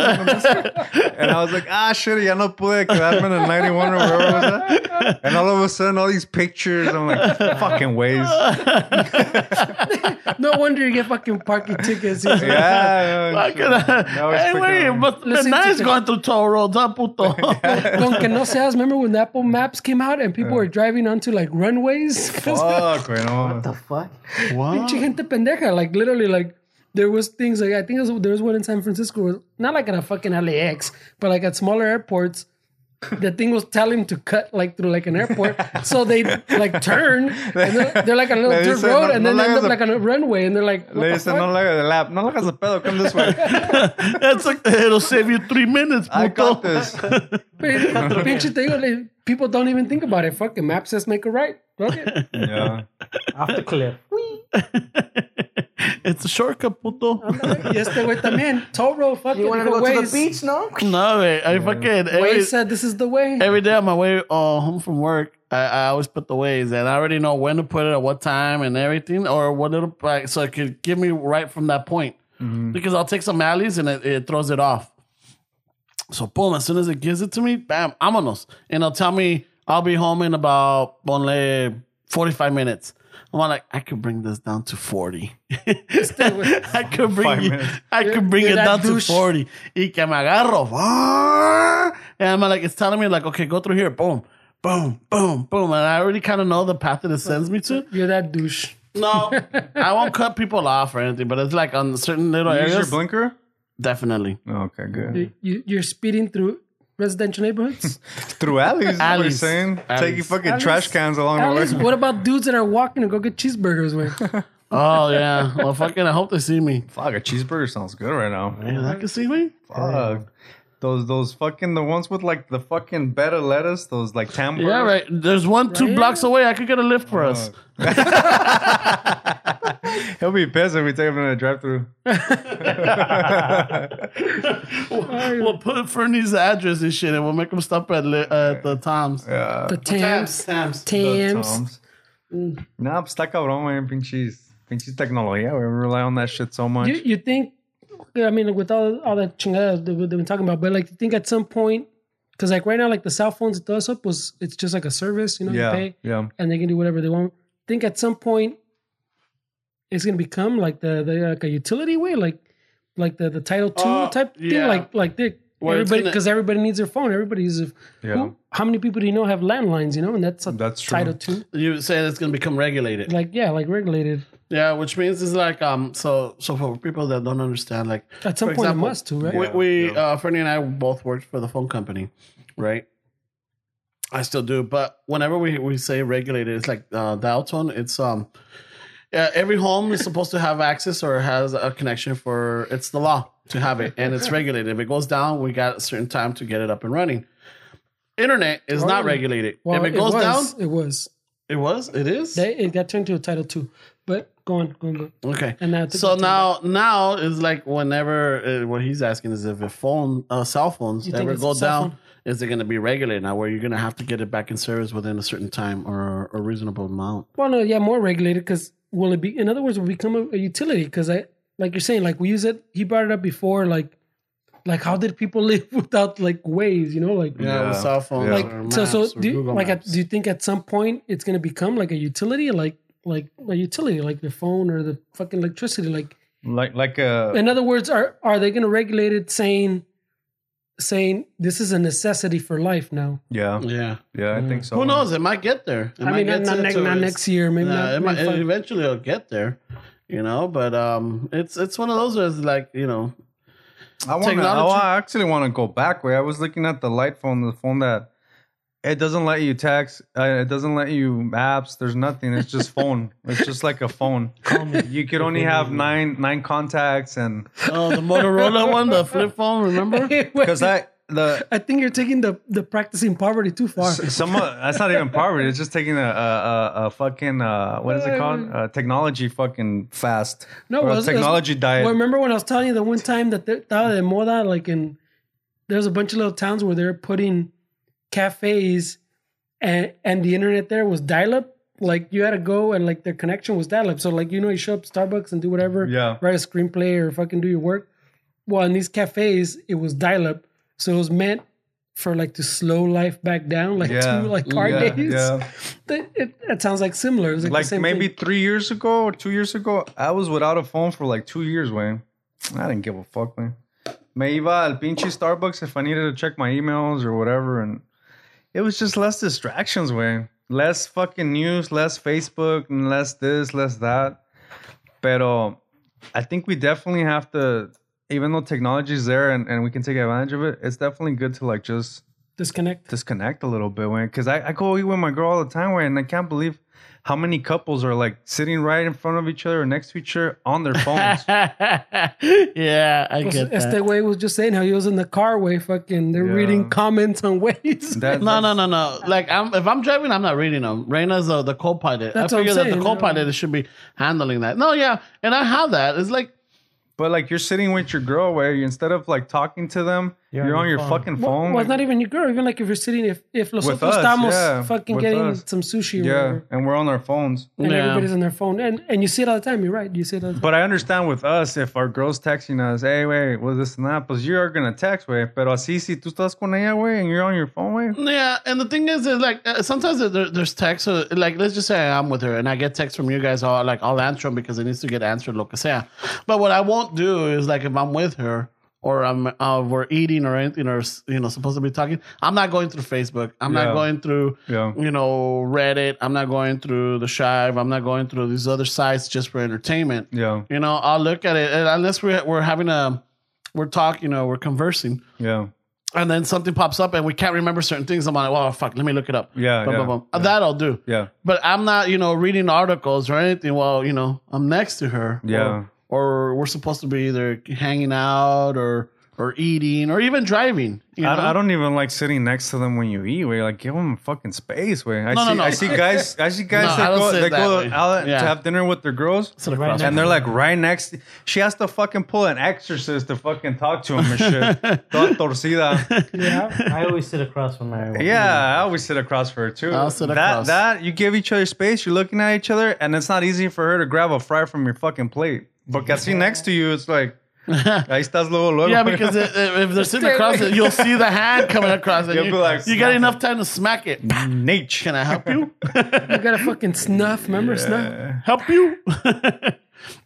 And I was like, "Ah, shit, ya no pude quedarme en el 91 or wherever it was at." And all of a sudden, all these pictures. I'm like, "Fucking ways."
No wonder you get fucking parking tickets. He's
*laughs*
like,
Yeah.
Fucking,
Now it's
hey, wait,
fucking-
it must have been
Listen to
nice
the-
going through toll roads, huh,
*laughs*
puto?
Con que no seas. Remember when Apple Maps came out and people were driving onto like runways? 'Cause
Fuck, güey, no.
What the fuck?
what?
*laughs* pinche gente pendeja. Like literally, like there was things like I think there was, there was one in San Francisco, where- not like at a fucking LAX, but like at smaller airports. The thing was telling to cut like through like an airport, so they like turn. And they're, they're like on a
Le
little dirt
dicen,
road,
"No-
and
no
then
le
they end
hagas
up
de-
like on a runway, and they're like, what
Le
the
dicen,
fuck?"
no le hagas de lap, no le hagas de pedo, come this way.
*laughs* That's like, it'll save you three minutes, puto.
I got this.
Pero, pinche te digo, like, people don't even think about it. Fucking map says make a right. Fuck it.
Yeah.
Off the cliff.
it's a shortcut, puto.
Y este güey también. Toll road, fucking
You want to go to
Waze.
the beach? *laughs* No.
*laughs* no, wait, I fucking.
Waze
Every,
said this is the way.
*laughs* every day on my way uh, home from work, I, I always put the ways, and I already know when to put it at what time and everything, or what it'll like, so it could give me right from that point. Because I'll take some alleys and it, it throws it off. So boom, as soon as it gives it to me, bam, vámonos. And it'll tell me I'll be home in about ponle 45 minutes. I'm like, I could bring this down to
*laughs*
40. *laughs* I could
Five
bring you,
minutes.
I could bring
you're
it
that
down
douche.
to 40. Y que me agarro. Ah! And I'm like, it's telling me like, okay, go through here. Boom, boom, boom, boom. And I already kind of know the path that it sends me to.
You're that douche.
No, I won't cut people off or anything, but it's like on certain little
Use your
areas.
blinker? Oh,
Definitely.
Okay, good.
You, you, you're speeding through residential neighborhoods.
Through alleys, is what you're
Alleys.
saying? Taking
Alleys.
fucking
Alleys.
trash cans along
Alex,
the way.
what about dudes that are walking to go get cheeseburgers? With
Oh yeah. Well, fucking. I hope they see me.
Fuck, a cheeseburger sounds good right now.
Man, I can see me.
Fuck. Those those fucking the ones with like the fucking bed of lettuce, those like tamburers.
Yeah, right. There's one two
Right?
blocks away. I could get a lift for us.
He'll be pissed if we take him in a drive *laughs*
*laughs*
through.
We'll put Fernie's address and shit, and we'll make them stop at li- uh, at the Tom's.
the Tams.
Tams.
Tams.
Nah, pues está cabrón, man. Pinches. Pinches tecnología. We rely on that shit so much.
You, you think, I mean, like, with all, all that chingada that we've been talking about, but like, you think at some point, because like right now, like the cell phones and us up was, it's just like a service, you know, you
yeah.
pay
Yeah.
and they can do whatever they want. think at some point, it's going to become like the, the like a utility way, like like the, the Title II
Uh,
type thing,
yeah.
like like they,
Where it's
everybody,
gonna-
because everybody needs their phone. Everybody uses.
Yeah.
Who- how many people do you know have landlines? You know, and that's a
That's true.
title too.
you saying it's gonna become regulated.
Like yeah, like regulated.
Yeah, which means it's like um. So so for people that don't understand, like
At some
For
point,
example,
it must too, right?
we,
Yeah,
we
yeah.
uh Fernie and I both worked for the phone company, right? I still do, but whenever we we say regulated, it's like uh, dial tone. It's um. Yeah, every home is supposed to have access or has a connection for it's the law to have it and it's regulated. If it goes down, we got a certain time to get it up and running. Internet is not
Oh.
regulated.
Well,
if it goes down,
was, it was.
it was, it is.
They, it got turned to a title two. But go on, go on, go on.
okay.
And now, I think
So
it's-
now, now is like whenever uh, what he's asking is if a phone, uh, cell phones
You think
ever
it's
go
a cell
down,
phone?
is it going to be regulated now, where you're going to have to get it back in service within a certain time or a reasonable amount?
Well, no, yeah, more regulated because will it be? In other words, will it become a, a utility? Because I, like you're saying, like we use it. He brought it up before, like, like how did people *laughs* live without like ways? You know, like,
Yeah, with
Yeah.
cell phones.
Yeah.
like
or
so,
maps
so
or
do you,
Google
like, at,
Maps.
do you think at some point it's gonna become like a utility, like, like a utility, like the phone or the fucking electricity? Like,
Like like a
in other words, are are they gonna regulate it, saying, saying this is a necessity for life now?
yeah
yeah.
yeah
mm.
I think so.
Who knows? It might get there. It
I
might
mean,
get
not, not,
to-
next,
to
not
its-
next year, maybe.
Nah,
not,
it might,
maybe five-
eventually it'll get there, you know. But um, it's it's one of those where it's like you know,
I want.
Technology-
I actually want to go back. Way I was looking at the light phone, the phone that it doesn't let you text, uh, it doesn't let you apps. There's nothing. It's just phone. It's just like a
*laughs*
phone. You could only have nine nine contacts, and
*laughs*
oh, the Motorola one, the flip phone. Remember? *laughs*
because I the
I think you're taking the the practicing poverty too far.
S- Some uh, that's not even poverty. It's just taking a a, a, a fucking uh, what is it called? Uh, technology fucking fast.
No,
Or
well,
a
it's-
technology diet.
Well, remember when I was telling you the one time that they- estaba de moda, like in there's a bunch of little towns where they're putting cafes, and and the internet there was dial up. Like you had to go and like their connection was dial up. So like you know you show up Starbucks and do whatever,
Yeah.
write a screenplay or fucking do your work. Well, in these cafes it was dial up, so it was meant for like to slow life back down, like
Yeah.
to like car
Yeah,
days.
yeah.
That, it, that sounds like similar. It was like, the
Like
same
maybe
thing.
three years ago or two years ago, I was without a phone for like two years, Wayne. I didn't give a fuck, man. Me iba al pinche Starbucks if I needed to check my emails or whatever, and it was just less distractions, way less fucking news, less Facebook, and less this, less that. Pero I think we definitely have to, even though technology's there and, and we can take advantage of it, it's definitely good to like just
disconnect.
disconnect a little bit, man. Because I, I go eat with my girl all the time, man, and I can't believe how many couples are like sitting right in front of each other or next to each other on their
*laughs*
phones.
yeah, I
Well,
get that.
Este way was just saying how he was in the car way fucking they're
Yeah.
reading comments on ways.
That-
No, no, no, no. Like, I'm, if I'm driving, I'm not reading them. Reina's the, the co-pilot.
That's
I
what I'm
figure that the
saying.
co-pilot should be handling that. No, yeah, and I have that. It's like,
But like you're sitting with your girl where you instead of like talking to them, you're, on your fucking
*laughs* well,
phone.
well,
like-
it's not even your girl, even like if you're sitting if if los
With
otros
us,
estamos
yeah,
fucking
with
getting
us.
some sushi or
yeah,
whatever.
and we're on our phones.
And
Yeah.
everybody's on their phone. And and you see it all the time, you're right. You see it all the time.
But I understand with us, if our girl's texting us, hey, wait, well, this and that, pues you are going to text, way. Pero así, si tú estás con ella, way, and you're on your phone, way.
yeah. And the thing is, is like, uh, sometimes there, there's text. So, like, let's just say I'm with her, and I get text from you guys. All like, I'll answer them because it needs to get answered. Lo que sea. But what I won't do is like, if I'm with her. Or I'm uh, we're eating or anything or you know supposed to be talking. I'm not going through Facebook. I'm
Yeah.
not going through
Yeah.
you know, Reddit. I'm not going through the Shive. I'm not going through these other sites just for entertainment.
Yeah.
You know, I'll look at it and unless we're we're having a we're talking, you know, we're conversing,
Yeah.
and then something pops up and we can't remember certain things. I'm like, well, fuck, let me look it up.
Yeah,
Bum,
yeah,
bum, bum.
yeah.
that I'll do.
Yeah.
But I'm not, you know, reading articles or anything. While you know, I'm next to her.
Yeah.
Or, or we're supposed to be either hanging out or or eating or even driving. You know?
I, I don't even like sitting next to them when you eat. Where like give them fucking space. Where I
No, no,
see
no.
I see guys I see guys
No, I
that
don't
go
sit
they
that
go
way.
out
Yeah.
to have dinner with their girls
Sit across
and they're like right next. She has to fucking pull an exorcist to fucking talk to him and
*laughs*
shit. Toda torcida.
Yeah.
I always sit across from everyone.
Yeah, I always sit across for her too.
I'll sit
that
across.
that you give each other space. You're looking at each other, and it's not easy for her to grab a fry from your fucking plate. But así next to you, it's
*laughs*
like ahí estás luego luego.
Yeah,
*laughs*
because it, it, if they're sitting across it, you'll see the hand coming across it.
You'll
You,
be like,
you
smack
got
it.
enough time to smack it.
Nate.
Can I help you? *laughs*
you gotta fucking snuff, remember snuff?
help you? *laughs*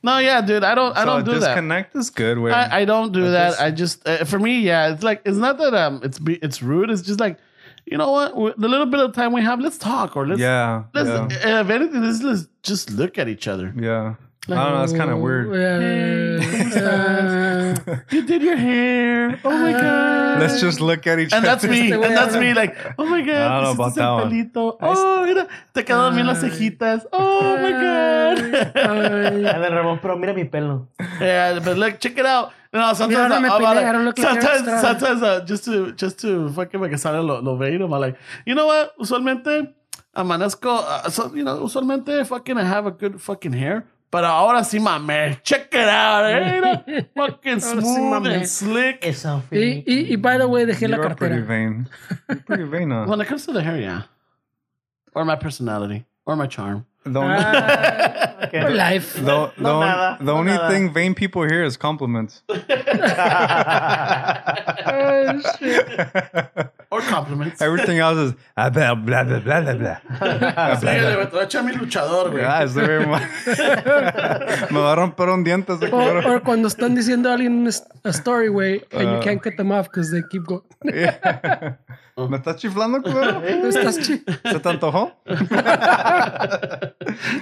No, yeah, dude. I don't. I don't
so
do that.
disconnect is good. Where
I, I don't do
I
that.
guess-
I just uh, for me, yeah, it's like it's not that um it's be, it's rude. It's just like you know what With the little bit of time we have, let's talk or let's
yeah,
let's
yeah,
uh, if anything, let's, let's just look at each other.
yeah. I don't know. That's kind
Oh,
of weird.
Yeah.
You did your hair. Oh *laughs* my god.
Let's just look at each.
and that's
other. *laughs*
me. And that's me. Like, oh my
I
god,
don't know
this is el
about that
pelito. Oh, mira, te quedaron bien las cejitas. Oh my god. *laughs*
A ver, Ramón, pero mira mi pelo.
yeah, but look, check it out. No, sometimes
Mira, no
I'm
me
I'm
peleé,
like,
I don't look like
sometimes,
Eric Estrada.
sometimes uh, just to just to fucking make sale lo, lo ve y nomás like, you know what? Usualmente amanezco, uh, so, you know, usualmente fucking I have a good fucking hair. But ahora sí, my man, check it out, eh? mira,
*laughs*
fucking
sí,
smooth
mamé. Eh.
and slick.
Es
Y,
Sophie.
y, y by the way, dejé la
You're pretty
cartera.
vain. You're pretty vain.
*laughs*
huh?
When it comes to the hair, yeah. Or my personality. Or my charm.
The only,
For life.
*laughs* the, the,
No
only-
nada,
the
no
only
nada.
thing vain people hear is compliments.
Oh, shit.
Or
*laughs*
compliments.
Everything else is ah, blah blah blah blah blah blah. Ah, blah, blah.
*laughs*
Yeah, it's very much. *laughs* Me va a romper un diente ese
O,
culero.
or cuando están diciendo a alguien una- a story, way and
Ah.
you can't cut them off because they keep going.
*laughs* Yeah. ¿Me estás chiflando,
*laughs*
culero?
Estás chi-
¿Se te antojó?
I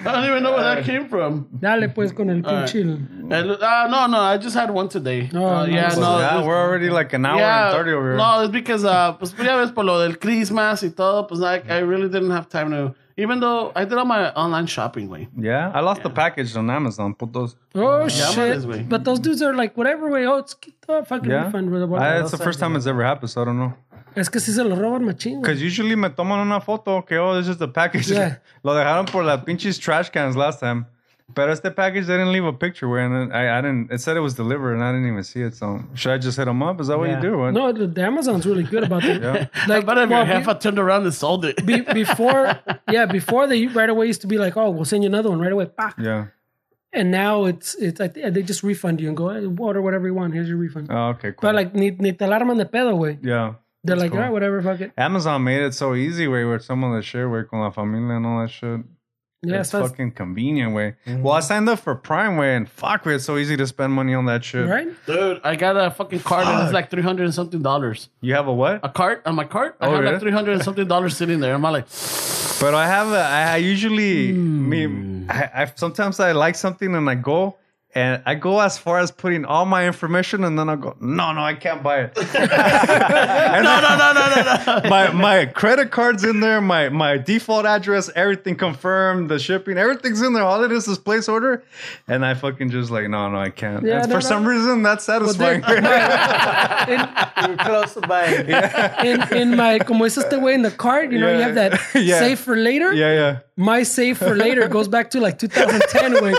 don't even know where that came from.
Dale pues con el pinche.
And, uh, no, no, I just had one today.
No,
Uh,
no,
yeah,
no.
no.
yeah,
it was-
we're already like an hour
yeah,
and 30 over here.
no, it's because, uh, pues ya ves por lo del Christmas y todo, pues like, I really didn't have time to, even though I did all my online shopping way.
Yeah, I lost the package on Amazon. Putos.
Oh
this way.
shit! But those dudes are like whatever way. Oh, it's oh, fucking
Yeah. Ah,
refund. With
I-
the
it's the first time it's ever happened, so I don't know.
es que si se lo roban machín. güey.
Because usually me toman una foto que, oh, this is the package.
Yeah.
*laughs* Lo dejaron por las pinches trash cans last time. Pero este package, they didn't leave a picture where, and I, I didn't, it said it was delivered and I didn't even see it. So should I just hit them up? Is that what you
Yeah.
do? What?
No, the, the Amazon's really good about that. *laughs*
Like, but if your
well,
half I turned around and sold it.
be- be- before, yeah, before they right away used to be like, oh, we'll send you another one right away. Pa.
Yeah.
And now it's it's I think they just refund you and go hey, order whatever you want. Here's your refund.
Oh, okay, cool.
but like, ni, ni te alarman de pedo, way.
yeah.
They're
that's
like,
cool.
all right, whatever, fuck it.
Amazon made it so easy way where some of the shit where con la familia and all that shit.
Yeah,
it's
so it's- Mm-hmm.
fucking convenient way. Well, I signed up for Prime way and fuck, way, it's so easy to spend money on that shit. *laughs*
right.
Dude, I got a fucking cart and it's like 300 and something dollars.
You have a what?
A cart on my cart? I
Oh,
have
yeah?
like 300 and something dollars sitting there. I'm like,
But I have a, I, I usually me I, I sometimes I like something and I go and I go as far as putting all my information and then I go no no I can't buy it. and
no,
then
no, no, no, no, no.
*laughs* my my credit cards in there, my my default address, everything confirmed, the shipping, everything's in there. All it is is place order, and I fucking just like no no I can't.
Yeah,
And
no,
for
no.
some reason that's satisfying. *laughs*
You're close by.
In in my como es este way in the cart, you know, you
Yeah.
have that
*laughs* Yeah.
save for later.
yeah yeah.
My save for later goes back to like 2010 when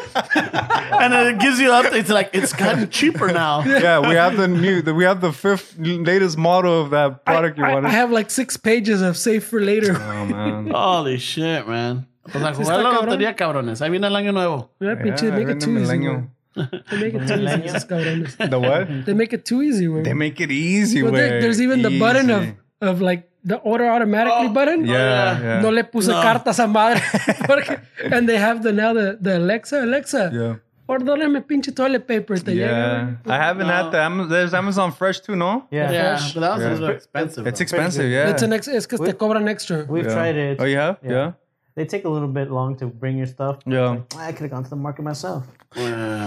and then it gives you updates like it's gotten cheaper
*laughs*
now.
Yeah, we have the new, the, we have the fifth latest model of that product you
I,
wanted.
I have like six pages of save for later.
oh man,
Holy shit, man. Pues a jugar la
cabrón.
lotería, cabrones. Ahí viene el año nuevo.
*laughs*
Yeah,
Yeah,
pinches, make
we're in
it
the
too easy.
millennial.
güey. They make it too easy,
Millennial.
esos cabrones.
The what?
They make it too easy.
*laughs*
güey.
They make it easy.
But there-
way.
there's even the
Easy.
button of oh, of like the order automatically button.
Yeah, yeah.
No le puse
No.
cartas a
*laughs*
madre. *laughs* Porque, and they have the now the, the Alexa, Alexa,
Yeah.
ordóname pinche toilet paper. Te llega,
Yeah,
güey.
I haven't had the Am- there's Amazon Fresh too. No,
Yeah.
Yeah, but that was
Yeah.
a little expensive.
it's
though.
expensive. Yeah,
It's an ex, es que te cobran extra.
We've
Yeah.
tried it.
Oh, you have?
Yeah.
Yeah,
They take a little bit long to bring your stuff.
yeah.
I could have gone to the market myself.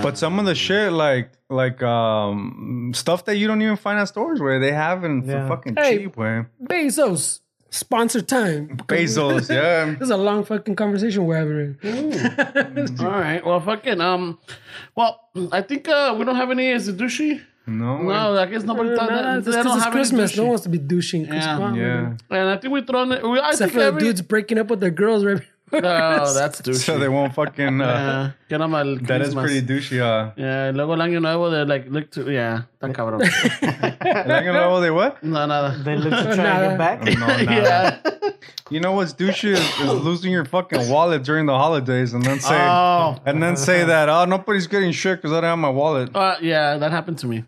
But some of the shit, like like um stuff that you don't even find at stores, where they have in
Yeah.
for fucking
Hey.
cheap, way.
Bezos, sponsor time. *laughs*
Bezos, yeah.
This is a long fucking conversation we're having. right?
All right. Well, fucking. Um. Well, I think uh, we don't have any Zudushi.
No, way.
No, I guess nobody.
Nah,
thought
nah,
that,
Uh, this
they
this
don't
is
have
Christmas.
Any
No one
no
wants to be douching.
Yeah.
yeah.
and I think we thrown it. We, I
Except
think
for the
every,
dudes breaking up with their girls,
*laughs*
right?
No, that's douchey.
*laughs* So they won't fucking. Uh,
yeah, get on my Christmas.
That is pretty douchey.
*laughs*
Uh,
Yeah, luego el año nuevo they like look to yeah, tan cabrón.
Like, oh, they what?
no, nada.
*laughs* They look to try to
*laughs*
Nah.
get back.
Oh, No, nah.
Yeah.
You know what's douchey is, is losing your fucking wallet during the holidays and then say
Oh.
and then say
*laughs*
that oh nobody's getting shit because I don't have my wallet.
Uh, yeah, that happened
*laughs*
to me.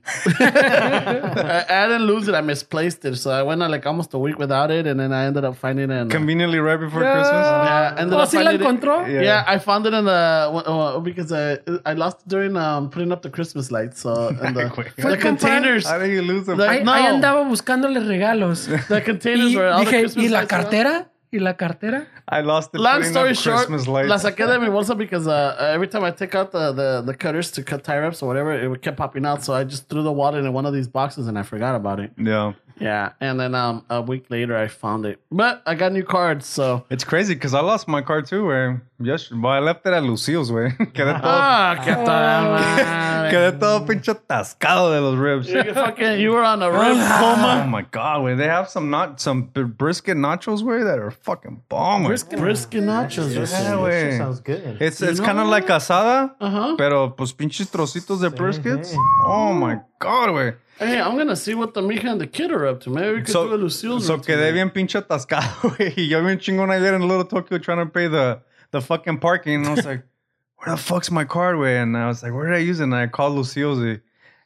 I, I didn't lose it. I misplaced it, so I went uh, like almost a week without it, and then I ended up finding it. In,
Conveniently right before
Yeah.
yeah, ended
Oh,
up
si la
finding it.
encontró?
Yeah.
Yeah. I found it in the w- w- because I I lost it during um putting up the Christmas lights.
*laughs*
So and the,
Christmas.
the containers,
Christmas. How did you lose them?
Like-
Ahí,
No.
ahí andaba buscándole regalos.
the containers
Y
were all the
dije,
Christmas
¿y la
lights, you know?
cartera? ¿Y la cartera?
I lost it.
Long
putting
story
up
short,
Christmas
la
lights.
saqué de mi bolsa because uh, uh, every time I take out the, the, the cutters to cut tie wraps or whatever, it kept popping out. So I just threw the wallet in one of these boxes and I forgot about it.
Yeah,
Yeah, and then um, a week later I found it, but I got new cards. So
it's crazy because I lost my car too. Where yes, but I left it at Lucille's. Way *laughs* quedé
Oh,
todo,
ah, qué tal, man.
quedé todo pinche atascado de los ribs.
You fucking, you were on a rib
Ah.
coma.
Oh my god, wait, they have some not some br- brisket nachos where that are fucking bomb. güey.
Brisket nachos.
Yeah,
Yeah.
güey.
That shit sounds good.
It's it's kind of like asada,
Uh-huh. Mm-hmm.
pero pues pinches trocitos de briskets.
hey.
Oh my god, güey.
Hey, I'm gonna see what the mija and the kid are up to. Maybe we could do a
So,
Lucille's.
so
room
quedé
tonight.
bien pinche atascado, *laughs* güey. Y yo bien chingón ayer in Little Tokyo trying to pay the the fucking parking. And I was like, where the fuck's my card, güey? And I was like, where did I use it? And I called Lucille's. y-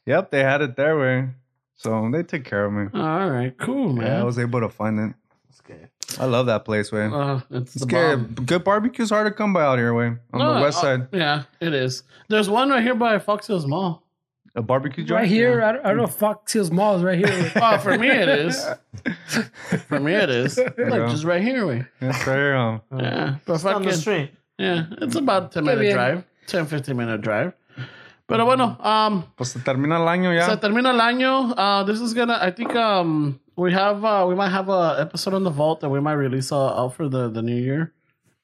Yep, they had it there, güey. So they took care of me.
All right, cool, man.
Yeah, I was able to find it.
It's good.
I love that place, güey.
uh, it's
It's
the
good.
bomb.
Good barbecue's hard to come by out here, way on
No,
the west
uh,
side.
yeah, it is. There's one right here by Fox Hills Mall.
A barbecue joint
Right here, I don't, I don't know, fuck Seals Mall is
*laughs*
right here. *laughs*
Oh, for me
*laughs*
it is. For me it is.
go.
Like just right here. We.
Yeah, it's right here. um,
Yeah, but
It's on the
fucking-
street.
yeah, it's about ten
Qué
minute
bien.
drive, 10, 15 minute drive. Pero bueno, um,
pues se termina el año ya.
se termina el año. Uh, this is gonna, I think, um, we have, uh, we might have a episode on the vault that we might release uh, out for the the new year,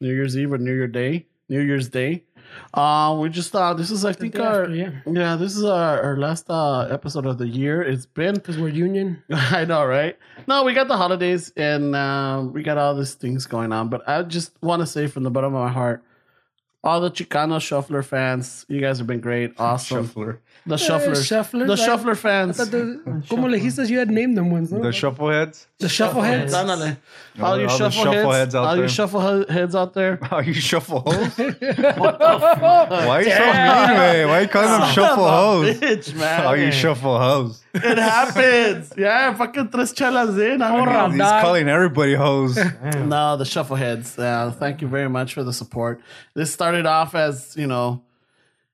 New Year's Eve or New Year Day, New Year's Day. Uh, we just, uh, this is, I think,
day
our,
after, yeah.
yeah, this is our, our last uh episode of the year. It's been *laughs*
Because we're union.
I know, right? No, we got the holidays and um, we got all these things going on. But I just want to say from the bottom of my heart, all the Chicano Shuffler fans, you guys have been great, awesome.
Shuffler.
The Shufflers,
Shufflers,
the
I-
Shuffler fans.
But the- Como le dijiste, you had named them once, no?
The shuffle heads.
The Shuffleheads.
Ándale. All you
all the
shuffle,
shuffle
heads,
heads out
all
there.
you shuffle he- heads out there.
*laughs* Are you shuffle hoes? Why are you so mean, man? Why you calling them shuffle hoes?
Bitch, man.
Are you shuffle hoes?
It happens. *laughs* Yeah, fucking tres chelas eh, in. I'm around.
He's calling everybody hoes.
No, the Shuffleheads. Uh, thank you very much for the support. This started off as you know,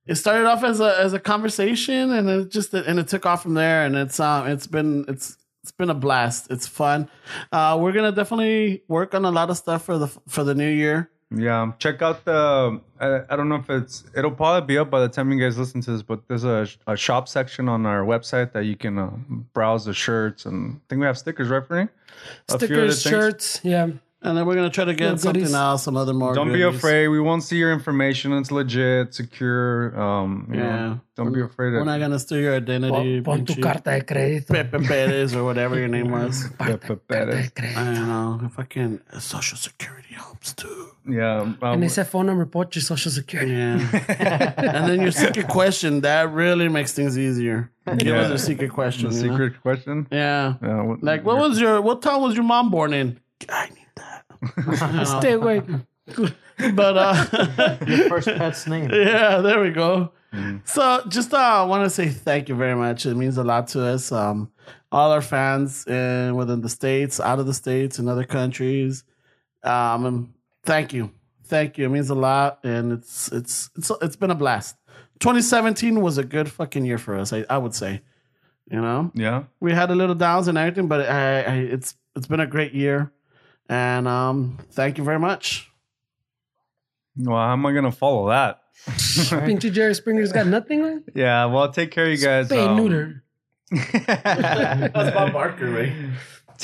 it started off as a as a conversation, and it just and it took off from there. And it's um, it's been it's it's been a blast. It's fun. Uh, we're gonna definitely work on a lot of stuff for the for the new year.
Yeah, check out the. I, I don't know if it's. It'll probably be up by the time you guys listen to this, but there's a, a shop section on our website that you can uh, browse the shirts and I think we have stickers, right, Bernie? A few other
Stickers,
things.
shirts, yeah.
And then we're gonna try to get
Yeah,
something
goodies.
else, some other more.
Don't be
goodies.
afraid. We won't see your information. It's legit, secure. Um, you
Yeah.
know, don't be afraid.
We're
Of,
not gonna steal your identity.
Pon tu
pinche
carta de crédito.
Pepe Perez or whatever your name was.
Yeah, but that is-
I don't know. *laughs* If I can, social security helps too.
yeah,
And
um,
they said phone number, put your social security.
Yeah. and then your secret question, that really makes things easier. Give us a secret question.
the
you know?
secret question.
Yeah.
Yeah, what-
Like, what was your, what town was your mom born in? I need that.
Stay
*laughs*
away.
But, uh,
First pet's name.
*laughs* yeah, there we go. So just uh, want to say thank you very much. It means a lot to us. Um, all our fans in, within the states, out of the states, in other countries. Um, and thank you, thank you. It means a lot, and it's it's it's it's been a blast. 2017 was a good fucking year for us. I, I would say, you know,
Yeah,
we had a little downs and everything, but I, I it's it's been a great year, and um, thank you very much.
well, how am I gonna follow that?
Pinche Jerry Springer's got nothing, man.
Yeah, well, take care of you guys.
Spay
um, *laughs*
neuter.
That's Bob Barker, right?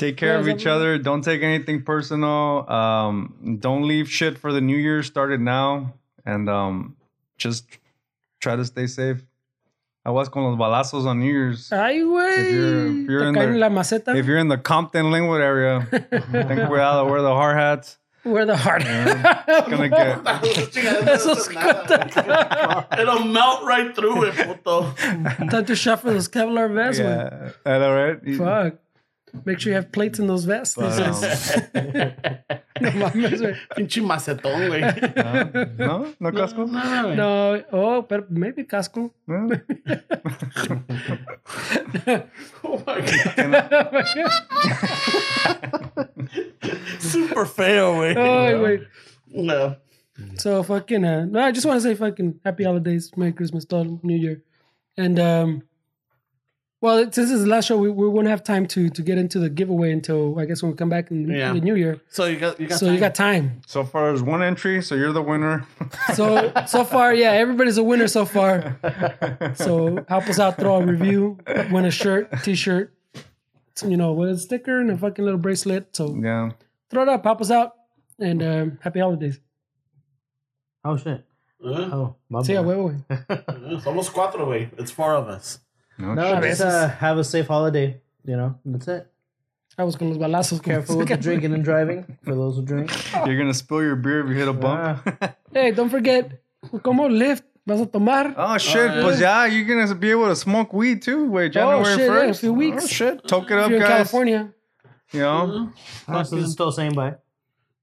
take care of each other. Don't take anything personal. Um, don't leave shit for the new year. Start it now, and um, just try to stay safe. I was con los balazos on New Year's.
Ay, güey.
you're- if you're
Te
in
caen
there-
en la maceta.
If you're in the Compton Linwood area, I
*laughs*
think we're out of wear the hard hats.
We're the heart. *laughs*
Gonna get
Esos
It'll melt right through it, puto.
Time to shuffle those Kevlar vests. Yeah.
yeah. All right.
*laughs* Fuck. Make sure you have plates in those vests.
But, um,
No mames, güey.
*laughs* Pinche macetón, güey.
¿No? ¿No casco?
No, güey.
No, oh, pero maybe
*laughs*
casco. *laughs*
No.
Oh my God.
*laughs*
Super feo, güey.
*laughs* Oh, wait.
No.
So fucking uh, no, I just want to say fucking happy holidays, Merry Christmas, todo, New Year, and um, well, it- since this is the last show, we, we won't have time to to get into the giveaway until I guess when we come back in
Yeah.
the New Year.
So you got you got
so you got time.
So far, there's one entry, so you're the winner. *laughs*
So so far, yeah, everybody's a winner so far. So help us out, throw a review, win a shirt, t-shirt, some, you know, with a sticker and a fucking little bracelet. So
Yeah.
throw it up, help us out, and um, happy holidays.
Oh shit.
Uh,
Oh, my
So yeah,
bad.
wait, wait. wait.
somos cuatro, güey. It's four of us.
No,
No,
shit.
just uh, have a safe holiday. You know, that's it.
I was going to los balazos. *laughs*
Careful with the drinking and driving for those who drink.
You're going to spill your beer if you hit a bump.
Hey, don't forget, como lift, vas a tomar.
Oh, shit. Pues yeah, you're going to be able to smoke weed too. Wait, January
Oh, shit, yeah,
1st.
a few weeks.
Oh, shit. Toke it up,
if you're in
guys.
California.
You know?
Uh, so this is still saying bye.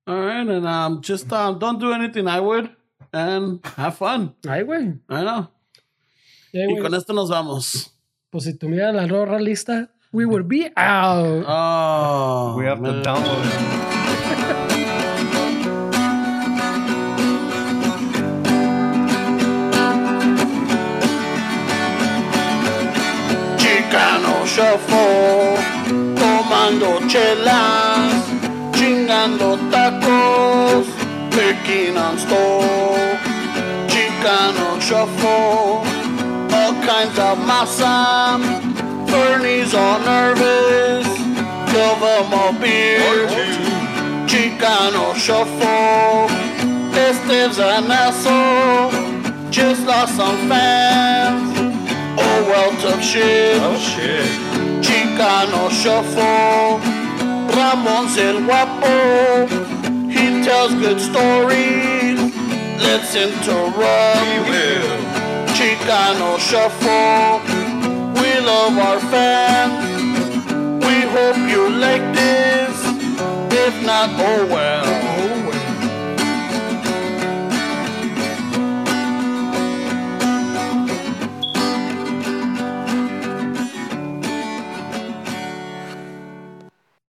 All right, and um, just um, don't do anything I would, and have fun.
Ay, güey.
I know.
Ay,
Y con
güey.
esto nos vamos.
Pues si tuviera la rorra lista, we would be out.
Oh,
We have to
man.
download it.
Chicano Shuffle, tomando chelas, chingando tacos, picking on stove. Chicano Shuffle, all kinds of masa, Bernie's all nervous, give 'em a beer. Chicano Shuffle, Esteves an asshole, just lost some fans. Oh, well, tough Oh, shit. Chicano shuffle. Ramon's el guapo. He tells good stories. Let's interrupt. Chicano shuffle. We love our fans. We hope you like this. If not, oh well.